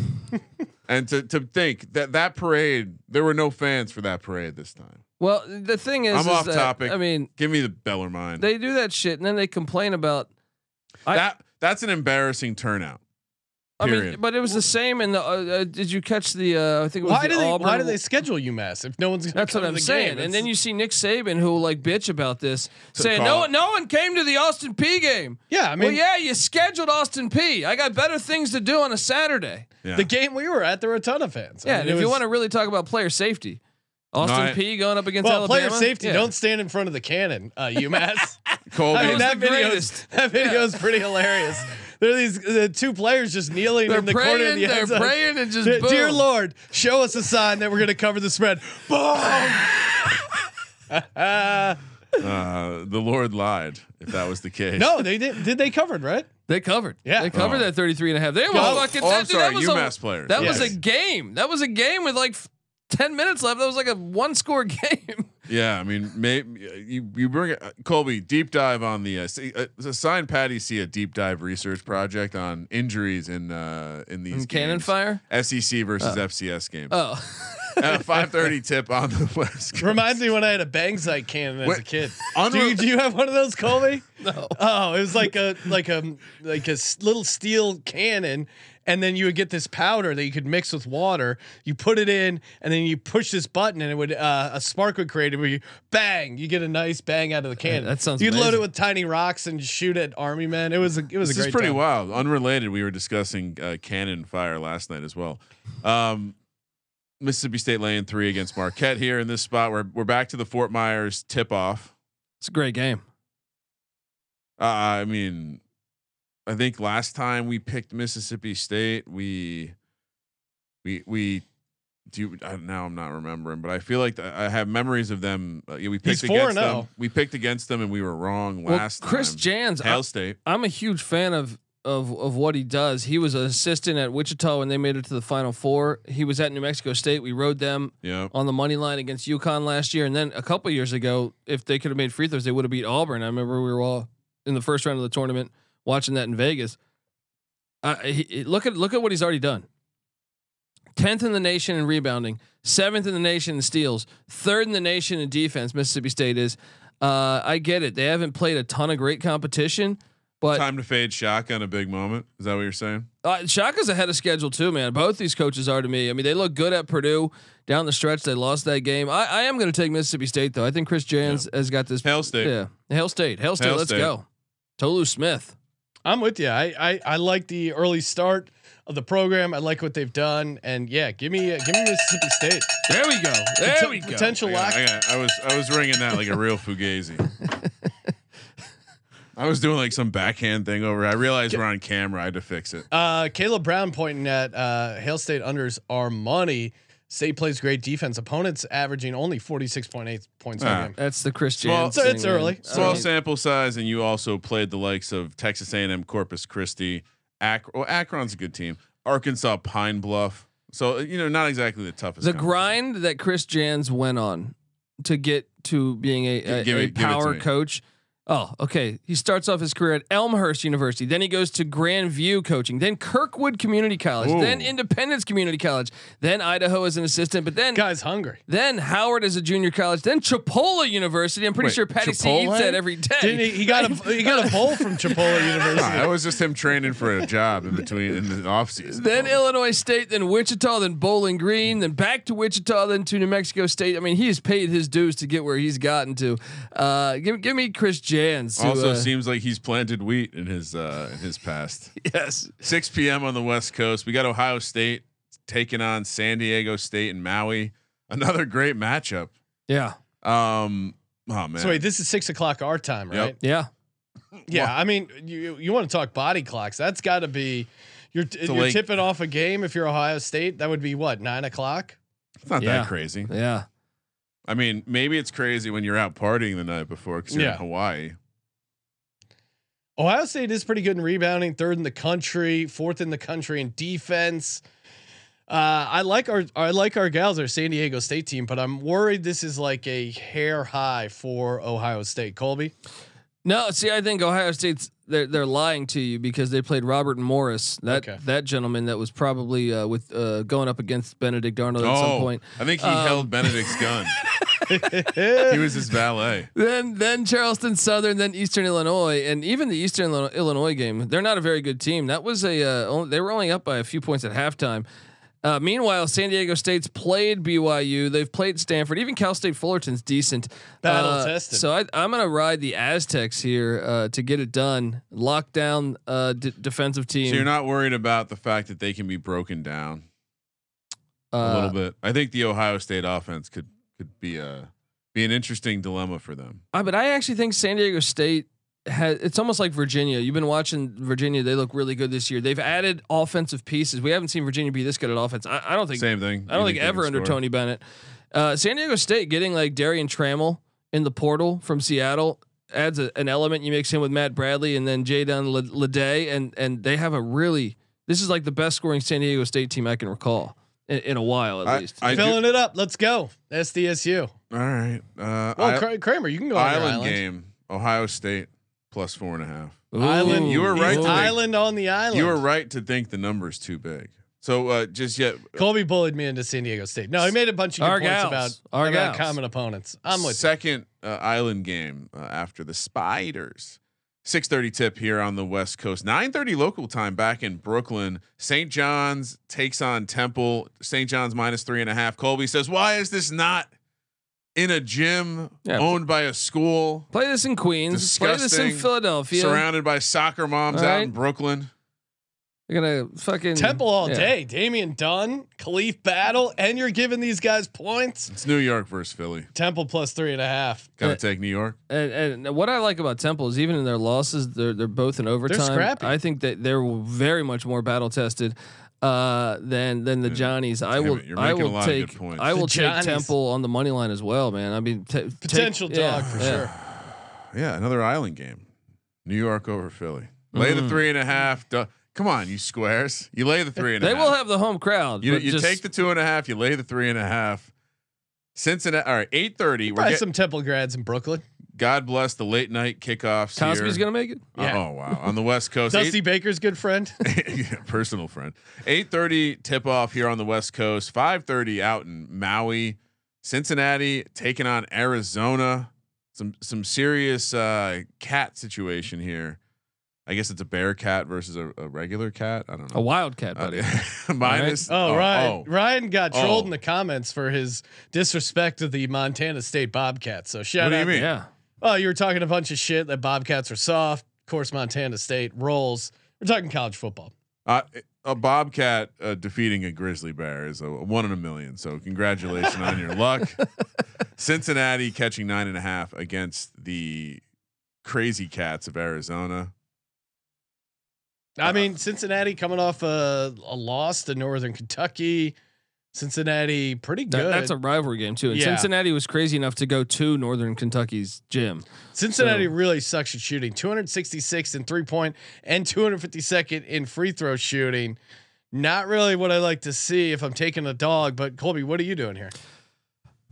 S7: and to to think that that parade, there were no fans for that parade this time.
S8: Well, the thing is,
S7: I'm
S8: is
S7: off
S8: that,
S7: topic.
S8: I mean,
S7: Give me the Bellarmine.
S8: they do that shit and then they complain about. I-
S7: that that's an embarrassing turnout.
S8: I mean,
S7: Period.
S8: but it was the same. And uh, uh, did you catch the? Uh, I think it was
S1: why
S8: the
S1: do they
S8: Auburn
S1: why do they schedule UMass if no one's going
S8: That's what I'm saying. and then you see Nick Saban who will, like bitch about this,
S7: So
S8: saying no
S7: call-
S8: one, no one came to the Austin P game.
S1: yeah, I mean
S8: well, yeah, you scheduled Austin P. I got better things to do on a Saturday.
S7: Yeah.
S1: the game we were at there were a ton of fans. I
S8: Yeah,
S1: mean,
S8: and
S1: it
S8: if you
S1: was-
S8: want to really talk about player safety, Austin
S7: I-
S8: P going up against
S1: well, player
S8: Alabama.
S1: safety,
S8: yeah.
S1: don't stand in front of the cannon, uh, UMass.
S7: Colby,
S1: I mean,
S8: was
S1: that
S8: the
S1: video
S8: greatest.
S1: that video is pretty hilarious. There are these the two players just kneeling
S8: They're
S1: in the corner of
S8: praying,
S1: the
S8: they're
S1: end zone.
S8: praying, and just
S1: De-
S8: boom.
S1: Dear Lord, show us a sign that we're going to cover the spread. Boom!
S7: uh, the Lord lied if that was the case.
S1: No, they did. Did they covered right?
S8: They covered.
S1: Yeah.
S8: they covered
S7: Oh.
S8: that 33 and a half. They were
S1: Oh,
S8: fucking.
S7: oh,
S8: that,
S7: I'm
S8: dude,
S7: sorry,
S8: that was
S7: UMass
S8: a,
S7: players.
S8: That was
S1: Yes.
S8: a game. That was a game with like 10 minutes left. That was like a one score game.
S7: Yeah, I mean, maybe you you bring uh, Colby deep dive on the uh, see, uh, assign Patty see a deep dive research project on injuries in uh in these
S8: And cannon
S7: games.
S8: fire.
S7: SEC versus FCS game.
S8: Oh,
S7: Uh, Five thirty tip on the West. Coast.
S1: Reminds me when I had a bang sight cannon as a
S7: Wait,
S1: kid.
S7: unre-
S1: Do you, do you have one of those, Colby?
S8: no.
S1: Oh, it was like a like a like a s- little steel cannon, and then you would get this powder that you could mix with water. You put it in, and then you push this button, and it would uh, a spark would create. It where you bang, you get a nice bang out of the cannon.
S8: that sounds
S1: You'd load it
S8: amazing.
S1: with tiny rocks and shoot at army men. It was a, it was
S7: This
S1: a great
S7: is pretty
S1: time.
S7: wild. Unrelated, we were discussing uh, cannon fire last night as well. Um, Mississippi State laying three against Marquette here in this spot. We're we're back to the Fort Myers tip off.
S8: It's a great game.
S7: Uh, I mean, I think last time we picked Mississippi State, we we we do you, I, now I'm not remembering, but I feel like th- I have memories of them. Uh, yeah, we
S1: He's
S7: picked
S1: four
S7: against
S1: and oh.
S7: them. We picked against them and we were wrong
S8: Well,
S7: last
S8: Chris
S7: time.
S8: Jans, I,
S7: Hail State.
S8: I'm a huge fan of of of what he does. He was an assistant at Wichita when they made it to the Final Four. He was at New Mexico State. We rode them
S7: Yeah.
S8: on the money line against UConn last year, and then a couple years ago, if they could have made free throws, they would have beat Auburn. I remember we were all in the first round of the tournament watching that in Vegas. Uh, he, he- look at look at what he's already done. Tenth in the nation in rebounding, seventh in the nation in steals, third in the nation in defense. Mississippi State is. Uh, I get it. They haven't played a ton of great competition, but
S7: Time to fade shotgun a big moment. Is that what you're saying?
S8: uh, Shaka's ahead of schedule too, man. Both these coaches are to me. I mean, they look good at Purdue down the stretch. They lost that game. I, I am going to take Mississippi State though. I think Chris Jans has got this.
S7: Hail State.
S8: Yeah, Hail State. Hail State.
S7: Hail
S8: let's
S7: State.
S8: go. Tolu Smith.
S1: I'm with you. I, I I like the early start of the program. I like what they've done, and yeah, give me uh, give me Mississippi State.
S8: There we go. There
S1: Poten-
S8: we go.
S1: Potential
S7: I, got-
S1: lock.
S7: I got- I was I was ringing that like a real fugazi. I was doing like some backhand thing over. I realized we're on camera. I had to fix it.
S1: Uh, Caleb Brown pointing at uh, Hale State unders are money. State plays great defense. Opponents averaging only 46.8 points
S7: Ah.
S1: per game.
S8: That's the Chris
S7: Small-
S8: Jans.
S1: So
S8: thing,
S1: it's
S8: man.
S1: early.
S8: I
S7: Small
S8: mean,
S7: sample size, and you also played the likes of Texas A&M, Corpus Christi, Ac- well, Akron's a good team, Arkansas, Pine Bluff. So uh, you know, not exactly the toughest.
S8: the
S7: competition.
S8: grind that Chris Jans went on to get to being a, a,
S7: Give
S8: a
S7: it- give it to
S8: power
S7: me.
S8: coach. Oh, okay. He starts off his career at Elmhurst University. Then he goes to Grandview coaching. Then Kirkwood Community College. Then
S7: Ooh.
S8: Independence Community College. Then Idaho as an assistant. But then
S1: Guys hungry.
S8: then Howard as a junior college. Then Chipola University. I'm pretty
S7: Wait,
S8: sure Patty C eats
S7: Chipotle?
S8: that every day.
S1: Didn't he, he got a he got a poll from Chipola
S7: Nah, that
S1: University.
S7: was just him training for a job in between in the off season.
S8: Then Illinois State, then Wichita, then Bowling Green, then back to Wichita, then to New Mexico State. I mean, he has paid his dues to get where he's gotten to. Uh, give, give me Chris Jans. who,
S7: also
S8: uh,
S7: seems like he's planted wheat in his uh, in his past.
S8: yes,
S7: 6 p.m. on the West Coast. We got Ohio State taking on San Diego State and Maui. Another great matchup.
S8: yeah,
S7: Um, oh man,
S1: So wait, this is six o'clock our time,
S7: Yep.
S1: right?
S8: yeah.
S1: Yeah, I mean, you you want to talk body clocks? That's got to be you're
S7: a
S1: you're
S7: late-
S1: tipping off a game if you're Ohio State. That would be what nine o'clock.
S7: it's not
S8: Yeah.
S7: that crazy.
S8: Yeah,
S7: I mean, maybe it's crazy when you're out partying the night before because you're
S1: Yeah.
S7: in Hawaii.
S1: Ohio State is pretty good in rebounding, third in the country, fourth in the country in defense. Uh, I like our I like our gals, our San Diego State team, but I'm worried this is like a hair high for Ohio State. Colby,
S8: no. See, I think Ohio State's they're they're lying to you because they played Robert Morris, that
S1: Okay.
S8: that gentleman that was probably uh, with uh, going up against Benedict Arnold at some point.
S7: Oh, I think he
S8: Um,
S7: held Benedict's gun. he was his valet.
S8: then then Charleston Southern, then Eastern Illinois, and even the Eastern Illinois- Illinois game. They're not a very good team. That was a uh, only, they were only up by a few points at halftime. Uh, meanwhile, San Diego State's played BYU. They've played Stanford. Even Cal State Fullerton's decent.
S1: Battle
S8: Uh,
S1: tested.
S8: So I, I'm going to ride the Aztecs here uh, to get it done. Lock down uh, d- defensive team.
S7: So you're not worried about the fact that they can be broken down a
S8: uh,
S7: little bit. I think the Ohio State offense could could be a be an interesting dilemma for them.
S8: I, Uh, but I actually think San Diego State has. It's almost like Virginia. You've been watching Virginia. They look really good this year. They've added offensive pieces. We haven't seen Virginia be this good at offense. I, I don't think.
S7: Same thing.
S8: I don't
S7: You
S8: think,
S7: they
S8: ever
S7: can
S8: under
S7: score?
S8: Tony Bennett. Uh, San Diego State getting like Darian Trammell in the portal from Seattle adds a, an element. You mix him with Matt Bradley and then Jadon Lede, Lede, and and they have a really. This is like the best scoring San Diego State team I can recall in, in a while, at
S7: I-
S8: least.
S7: I do-
S1: filling it up. Let's go SDSU.
S7: All right. Uh,
S1: Well,
S7: I-
S1: Kra- Kramer, you can go on your
S7: island,
S1: island.
S7: game. Ohio State plus four and a half.
S1: Island,
S8: Ooh.
S7: You were
S1: It's
S7: right to think-
S1: Island on the island.
S7: You were right to think the number's too big. So uh, just yet,
S1: Colby bullied me into San Diego State. No, he made a bunch of good
S8: Our
S1: points
S8: gals.
S1: about,
S8: Our
S1: about
S8: gals.
S1: common opponents. I'm with
S7: second uh, island game uh, after the Spiders. 6:30 tip here on the West Coast. 9:30 local time back in Brooklyn. St. John's takes on Temple. St. John's minus three and a half. Colby says, "Why is this not in a gym
S8: Yeah.
S7: owned by a school,
S8: Play this in Queens. Play this in
S7: Disgusting.
S8: Philadelphia.
S7: surrounded by soccer moms
S8: All
S7: out
S8: right.
S7: in Brooklyn?"
S8: They're gonna fucking
S1: Temple all
S8: yeah.
S1: day. Damian Dunn, Khalif Battle, and you're giving these guys points.
S7: It's New York versus Philly.
S1: Temple plus three and a half.
S7: Gotta
S8: Yeah.
S7: take New York.
S8: And, and what I like about Temple is even in their losses, they're they're both in overtime.
S1: scrappy.
S8: I think that they're very much more battle tested uh, than than the Johnnies. I
S7: Damn
S8: will
S7: it, you're
S8: I
S7: making a
S8: will
S7: lot of good
S8: take
S7: points.
S8: I
S1: The
S8: will take
S1: Johnnies.
S8: Temple on the money line as well, man. I mean t- take-
S1: Potential
S8: yeah,
S1: dog for
S8: yeah.
S1: sure.
S7: Yeah, another island game. New York over Philly. Lay
S8: Mm.
S7: the three and a half. Du- Come on, you squares. You lay the three and a
S8: They
S7: half.
S8: will have the home crowd.
S7: You,
S8: but
S7: you
S8: just-
S7: take the two and a half. You lay the three and a half. Cincinnati. All right, eight thirty. We're
S1: Probably
S7: get,
S1: some Temple grads in Brooklyn.
S7: God bless the late night kickoffs.
S8: Cosby's
S7: here.
S8: gonna make it.
S7: Uh,
S1: Yeah.
S7: Oh wow, on the West Coast.
S1: Dusty Baker's good friend.
S7: Yeah, personal friend. 8:30 tip off here on the West Coast. 5:30 out in Maui. Cincinnati taking on Arizona. Some some serious uh, cat situation here. I guess it's a bear cat versus a, a regular cat. I don't
S8: A
S7: know.
S8: wildcat,
S7: Uh,
S8: buddy.
S7: minus. uh,
S1: Oh, Ryan. Ryan got
S7: Oh.
S1: trolled in the comments for his disrespect of the Montana State Bobcats. So shout
S7: What do you
S1: out.
S7: mean?
S8: yeah.
S1: Oh, you were talking a bunch of shit that Bobcats are soft. Of course, Montana State rolls. We're talking college football.
S7: Uh, a bobcat uh, defeating a grizzly bear is a one in a million. So congratulations on your luck. Cincinnati catching nine and a half against the crazy cats of Arizona. Uh-huh.
S1: I mean, Cincinnati coming off a, a loss to Northern Kentucky. Cincinnati pretty
S8: That,
S1: good.
S8: that's a rivalry game too. And
S1: Yeah.
S8: Cincinnati was crazy enough to go to Northern Kentucky's gym.
S1: Cincinnati
S8: so-
S1: really sucks at shooting. 266 in three point and 252nd in free throw shooting. Not really what I like to see if I'm taking a dog, but Colby, what are you doing here?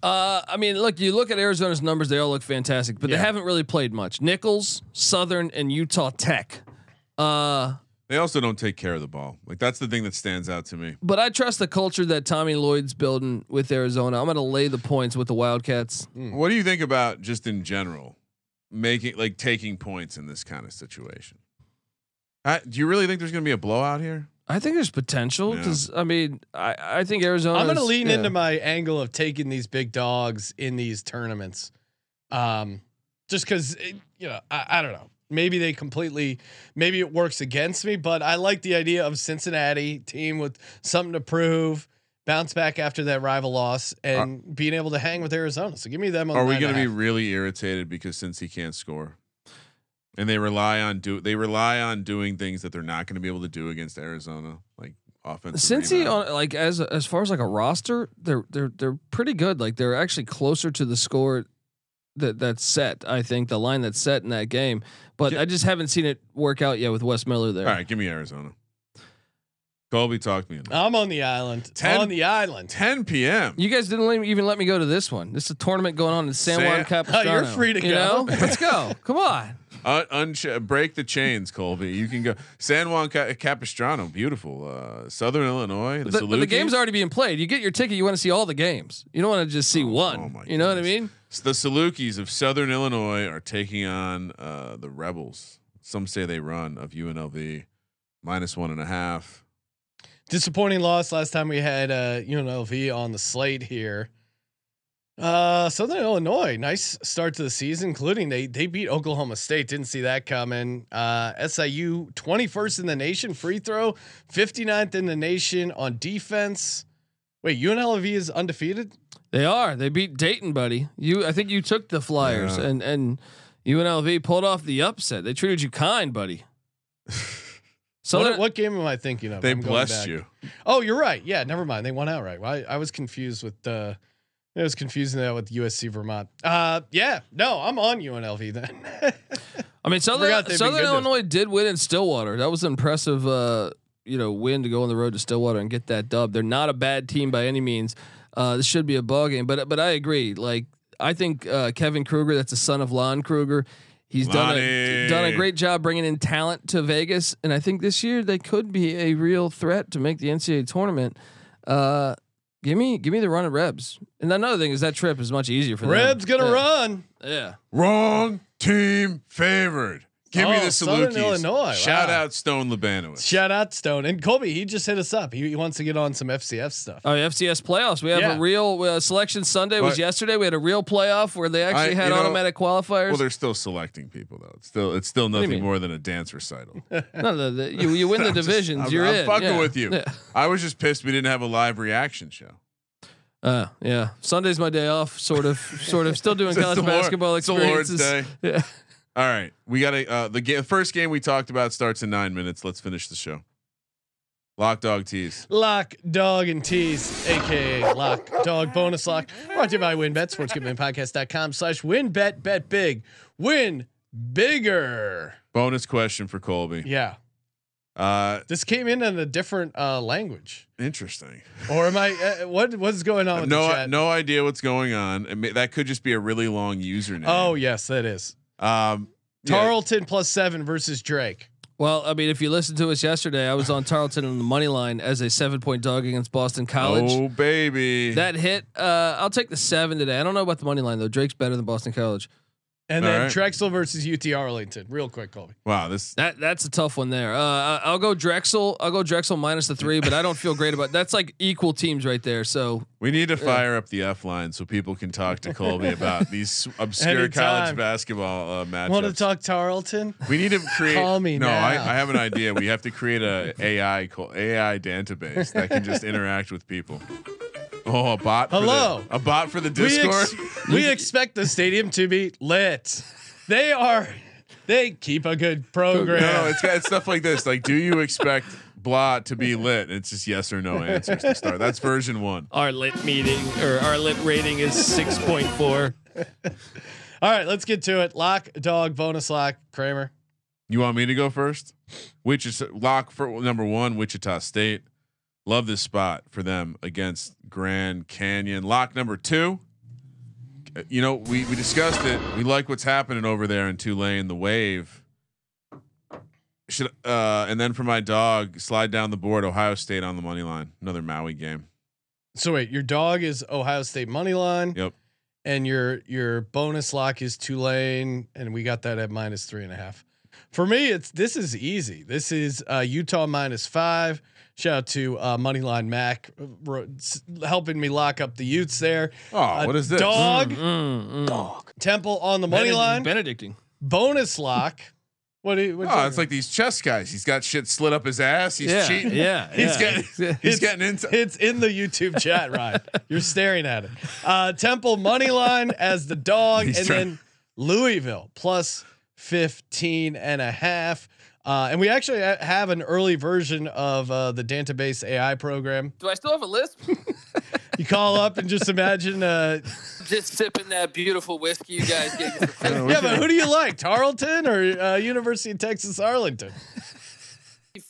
S8: Uh, I mean, look, you look at Arizona's numbers; they all look fantastic, but
S1: Yeah.
S8: they haven't really played much. Nichols, Southern, and Utah Tech. Uh,
S7: They also don't take care of the ball. Like that's the thing that stands out to me.
S8: but I trust the culture that Tommy Lloyd's building with Arizona. I'm going to lay the points with the Wildcats.
S7: What do you think about just in general making like taking points in this kind of situation? Uh, do you really think there's going to be a blowout here?
S8: I think there's potential because I mean, I, I think Arizona.
S1: I'm going to lean into my angle of taking these big dogs in these tournaments, um, just because you know I, I don't know. Maybe they completely, maybe it works against me, but I like the idea of Cincinnati team with something to prove, bounce back after that rival loss, and being able to hang with Arizona. So give me them. On
S7: Uh, Are we
S1: nine
S7: going
S1: and
S7: to
S1: a
S7: be
S1: half.
S7: really irritated because since he can't score, and they rely on do they rely on doing things that they're not going to be able to do against Arizona, like offense.
S8: Since he on like as as far as like a roster, they're they're they're pretty good. Like they're actually closer to the score that that's set. I think the line that's set in that game, but
S7: Yeah.
S8: I just haven't seen it work out yet with Wes Miller there.
S7: All right, give me Arizona. Colby talked me. into it.
S1: I'm on the island.
S7: Ten-
S1: on the island.
S7: 10 p.m.
S8: You guys didn't let me- even let me go to this one. This is a tournament going on in San Juan
S7: San-
S8: Capistrano.
S1: Oh, you're free to
S8: you
S1: go.
S8: know? Let's go. Come on.
S7: Uh, uncha- break the chains, Colby. You can go San Juan Ca- Capistrano, beautiful uh, Southern Illinois.
S8: But the, but the
S7: Salukis.
S8: game's already being played. You get your ticket. You want to see all the games. You don't want to just see one.
S7: oh my
S8: you know what I
S7: goodness.
S8: mean?
S7: S- the Salukis of Southern Illinois are taking on uh, the Rebels. Some say they run of UNLV minus one and a half.
S1: Disappointing loss last time we had uh, UNLV on the slate here. Uh, Southern Illinois, nice start to the season, including they they beat Oklahoma State. Didn't see that coming. Uh, SIU 21st in the nation free throw, 59th in the nation on defense. Wait, UNLV is undefeated.
S8: They are. They beat Dayton, buddy. You. I think you took the Flyers
S7: Yeah.
S8: and and UNLV pulled off the upset. They treated you kind, buddy. Southern.
S1: What, what game am I thinking of?
S7: They
S1: I'm going
S7: blessed
S1: back.
S7: you.
S1: Oh, you're right. Yeah, never mind. They won outright. I, I was confused with Uh, I was confusing that with USC Vermont. Uh, yeah, no, I'm on UNLV then.
S8: I mean,
S1: forgot
S8: Southern,
S1: they've been
S8: Southern
S1: good this-
S8: Illinois did win in Stillwater. That was an impressive, uh, you know, win to go on the road to Stillwater and get that dub. They're not a bad team by any means. Uh, this should be a ball game, but but I agree. Like I think uh, Kevin Kruger, that's the son of Lon Kruger. He's done a,
S7: Lonnie.
S8: done a great job bringing in talent to Vegas, and I think this year they could be a real threat to make the NCAA tournament. Uh, give me give me the run at Rebs. And another thing is that trip is much easier for them.
S1: Reb's gonna
S8: Yeah.
S1: run.
S8: Yeah.
S7: Wrong team favored. Give me
S1: Oh,
S7: the
S1: Southern
S7: Salukis.
S1: Illinois,
S7: Shout
S1: wow.
S7: out Stone Labanowitz.
S1: Shout out Stone and Colby. He just hit us up. He, he wants to get on some FCF stuff.
S8: Oh, FCS playoffs. We have
S1: Yeah.
S8: a real uh, selection Sunday
S7: But-
S8: was yesterday. We had a real playoff where they actually
S7: I- you
S8: had
S7: know-
S8: automatic qualifiers.
S7: well, they're still selecting people though. It's still it's still
S8: you
S7: nothing
S8: mean?
S7: more than a dance recital.
S8: no, the, the, you, you win the divisions.
S7: I'm,
S8: you're
S7: I'm
S8: in.
S7: fucking
S8: yeah.
S7: with you.
S8: Yeah.
S7: I was just pissed we didn't have a live reaction show.
S8: Uh, yeah. Sunday's my day off. Sort of. sort of. Still doing
S7: It's
S8: college
S7: the Lord-
S8: basketball
S7: it's the Lord's
S8: experiences.
S7: day.
S8: Yeah.
S7: All right, we got to uh, the ga- first game we talked about starts in nine minutes. Let's finish the show. Lock dog tease.
S1: Lock, dog, and tease, aka lock, dog, bonus lock. Brought to you by WinBet, sportsgamblingpodcast.com slash winbet, bet big, win bigger.
S7: Bonus question for Colby.
S1: Yeah.
S7: Uh,
S1: This came in in a different uh, language.
S7: interesting.
S1: Or am I, uh, what, what's going on with the
S7: No,
S1: chat?
S7: no idea what's going on. I mean, that could just be a really long username.
S1: Oh, yes, that is.
S7: um, yeah.
S1: Tarleton plus seven versus Drake.
S8: Well, I mean, if you listened to us yesterday, I was on Tarleton on the money line as a seven point dog against Boston College.
S7: Oh baby,
S8: That hit. Uh, I'll take the seven today. I don't know about the money line though. Drake's better than Boston College.
S1: And
S7: All
S1: then
S7: right.
S1: Drexel versus UT Arlington. Real quick, Colby.
S7: wow. This
S8: That that's a tough one there. Uh, I- I'll go Drexel. I'll go Drexel minus the three, but I don't feel great about. That's like equal teams right there. So
S7: we need to fire up the F line so people can talk to Colby about these obscure
S1: Anytime.
S7: college basketball uh, matchups.
S1: Want to talk Tarleton?
S7: We need to create.
S1: Call me
S7: no, I,
S1: now.
S7: I have an idea. We have to create a AI called AI database that can just interact with people. Oh, a bot. for the-
S1: Hello.
S7: a bot for the
S1: We,
S7: Discord.
S1: ex- we expect the stadium to be lit. They are. They keep a good program.
S7: no, it's got it's stuff like this. Like, do you expect blah to be lit? It's just yes or no answers to start. That's version one.
S8: our lit meeting or our lit rating is six point four.
S1: All right, let's get to it. Lock, dog, bonus lock, Kramer.
S7: You want me to go first? Which is lock for number one, Wichita State. Love this spot for them against Grand Canyon. Lock number two. Uh, You know, we, we discussed it. We like what's happening over there in Tulane, the wave. Should uh and then for my dog, slide down the board, Ohio State on the money line. Another Maui game.
S1: So wait, your dog is Ohio State money line,
S7: Yep.
S1: and your your bonus lock is Tulane, and we got that at minus three and a half. For me, it's this is easy. This is uh, Utah minus five. Shout out to uh, Moneyline Mac uh, ro- s- helping me lock up the Utes there.
S7: Oh,
S1: Uh,
S7: what is this? Mm,
S1: Dog
S8: Dog
S1: Temple on the money line.
S8: Benedicting.
S1: bonus lock. What? Do you, what's
S7: Oh,
S1: that?
S7: it's like these chess guys. He's got shit slid up his ass. He's
S8: yeah,
S7: cheating.
S8: yeah,
S7: He's
S8: yeah.
S7: getting he's getting into
S1: it's in the YouTube chat, Ryan. You're staring at it. Uh, Temple money line as the dog,
S7: He's
S1: and
S7: trying-
S1: then Louisville plus 15 and a half. Uh, and we actually ha- have an early version of uh, the database AI program.
S5: Do I still have a lisp?
S1: You call up and just imagine. Uh,
S5: Just sipping that beautiful whiskey you guys get.
S7: Oh,
S1: yeah, but who do you like, Tarleton or uh, University of Texas Arlington?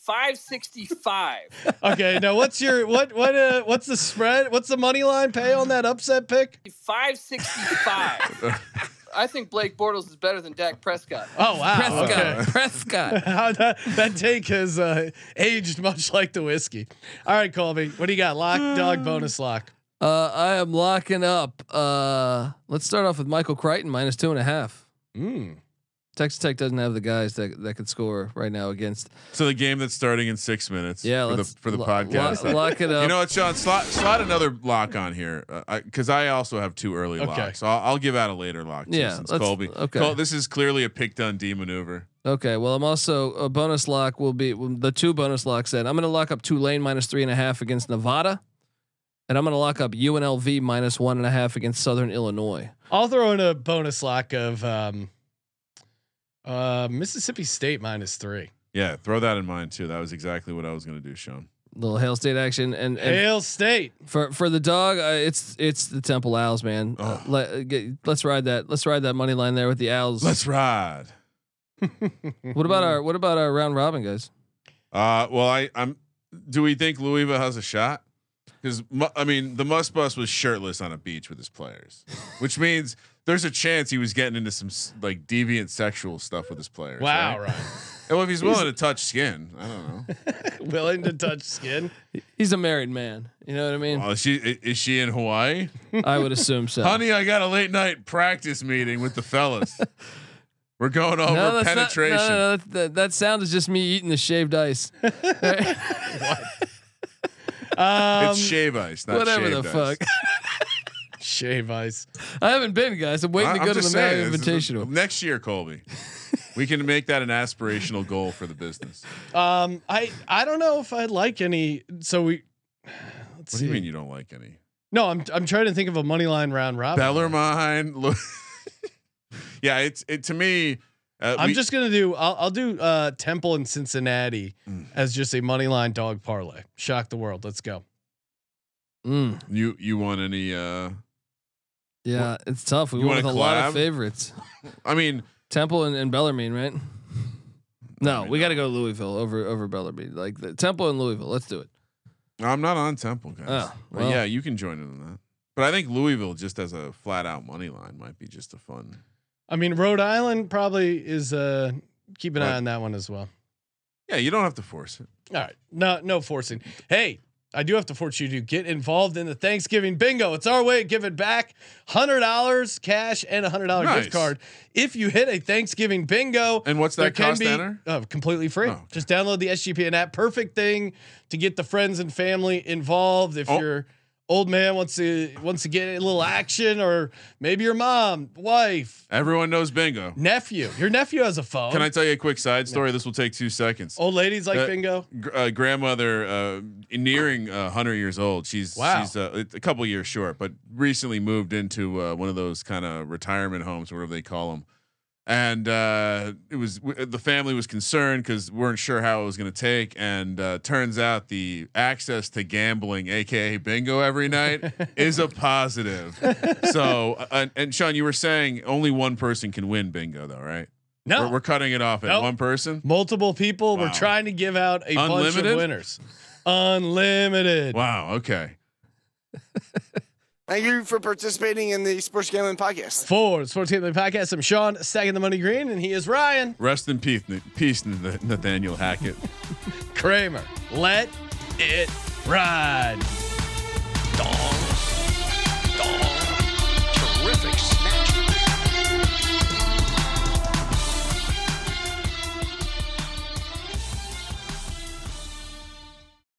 S5: 565.
S1: Okay, now what's your what what uh, what's the spread? What's the money line pay on that upset pick?
S5: 565. I think Blake Bortles is better than Dak Prescott.
S1: Oh wow,
S8: Prescott.
S1: okay.
S8: Prescott.
S1: How that, that take has uh, aged much like the whiskey. All right, Colby, what do you got? Lock, dog, bonus lock.
S8: Uh, I am locking up. Uh, let's start off with Michael Crichton minus two and a half.
S7: Hmm.
S1: Mm.
S8: Texas Tech doesn't have the guys that that could score right now against.
S7: So the game that's starting in six minutes.
S8: Yeah,
S7: for the,
S8: let's
S7: for the
S8: lo-
S7: podcast.
S8: lo- lock it up.
S7: you know what, Sean? Slot slot another lock on here because I, also have two early
S1: Okay.
S7: locks. So I'll, I'll give out a later lock. too,
S8: Yeah,
S7: since
S8: let's-
S7: Colby.
S8: okay.
S7: Col- this is clearly a pick Dundee maneuver.
S8: Okay, well, I'm also a bonus lock will be the two bonus locks. Then I'm going to lock up Tulane minus three and a half against Nevada, and I'm going to lock up UNLV minus one and a half against Southern Illinois.
S1: I'll throw in a bonus lock of um, uh, Mississippi State minus three.
S7: Yeah, throw that in mind too. That was exactly what I was going to do, Sean.
S8: Little Hail State action, and, and
S1: Hail State.
S8: for for the dog, uh, it's it's the Temple Owls, man. Uh,
S7: Ugh.
S8: let, uh, get, let's ride that. Let's ride that money line there with the Owls.
S7: Let's ride.
S8: what about our what about our round robin guys?
S7: Uh, well, I, I'm. Do we think Louisville has a shot? Because I mean, the Must Bus was shirtless on a beach with his players, which means there's a chance he was getting into some s- like deviant sexual stuff with his players.
S1: Wow,
S7: right?
S1: Ryan.
S7: Well, if he's willing to touch skin, I don't know.
S1: Willing to touch skin.
S8: He's a married man. You know what I mean?
S7: Well, Uh, is she i- is she in Hawaii?
S8: I would assume so.
S7: Honey, I got a late night practice meeting with the fellas. We're going over
S8: that's not-
S7: penetration.
S8: no, no, no, that, that, that sound is just me eating the shaved ice.
S1: Um,
S7: it's shave ice, not
S8: Whatever the
S7: shaved ice.
S8: fuck.
S1: shave ice.
S8: I haven't been, guys. I'm waiting
S7: I-
S8: to
S7: I'm
S8: go to the
S7: just
S8: Mario
S7: saying, this is-
S8: Invitational.
S7: next year, Colby. we can make that an aspirational goal for the business.
S1: Um, I I don't know if I like any. So we. Let's
S7: What
S1: see.
S7: do you mean you don't like any?
S1: No, I'm I'm trying to think of a money line round robin.
S7: Bellarmine. Lu- yeah, it's it to me. Uh,
S1: I'm
S7: we-
S1: just gonna do. I'll, I'll do uh, Temple and Cincinnati
S7: Mm.
S1: as just a money line dog parlay. Shock the world. Let's go.
S8: Mm,
S7: you. You want any? uh
S8: yeah, it's tough. We
S7: You
S8: went
S7: want
S8: with
S7: a
S8: a lot
S7: collab?
S8: of favorites.
S7: I mean,
S8: Temple and, and Bellarmine, right? No,
S7: mean,
S8: we got to go Louisville over over Bellarmine. Like the Temple and Louisville. Let's do it.
S7: I'm not on Temple, guys.
S8: Oh,
S7: But
S8: well.
S7: yeah, you can join in on that. But I think Louisville just as a flat out money line might be just a fun.
S1: I mean, Rhode Island probably is. Uh, keep an
S7: Right.
S1: eye on that one as well.
S7: Yeah, you don't have to force it.
S1: All right. No, no forcing. Hey, I do have to force you to get involved in the Thanksgiving bingo. It's our way of giving back $100 cash and a $100
S7: Nice.
S1: gift card. If you hit a Thanksgiving bingo,
S7: And what's
S1: there
S7: that
S1: can
S7: cost,
S1: be-
S7: Tanner?
S1: Uh, completely free.
S7: Oh, okay.
S1: Just download the SGPN app. Perfect thing to get the friends and family involved. If
S7: Oh.
S1: your Old man wants to wants to get a little action, or maybe your mom, wife,
S7: Everyone knows bingo.
S1: nephew. Your nephew has a phone.
S7: Can I tell you a quick side story? This will take two seconds.
S1: Old ladies like
S7: Uh,
S1: bingo.
S7: Gr- uh, grandmother uh, nearing uh, 100 years old. She's
S1: Wow.
S7: she's uh, a couple years short, but recently moved into uh, one of those kind of retirement homes, whatever they call them. And uh, it was w- the family was concerned because weren't sure how it was going to take. And uh, turns out the access to gambling, aka bingo, every night is a positive. so, uh, and, and Sean, you were saying only one person can win bingo, though, right?
S1: No,
S7: We're, we're cutting it off at
S1: Nope.
S7: one person.
S1: multiple people. We're
S7: Wow.
S1: trying to give out a bunch
S7: Unlimited?
S1: of winners. Unlimited.
S7: Wow. Okay.
S3: Thank you for participating in the Sports Gambling Podcast.
S1: For the Sports Gambling Podcast, I'm Sean Stacking the Money Green, and he is Ryan
S7: Rest in peace, N- peace N- Nathaniel Hackett.
S1: Kramer. Let it ride.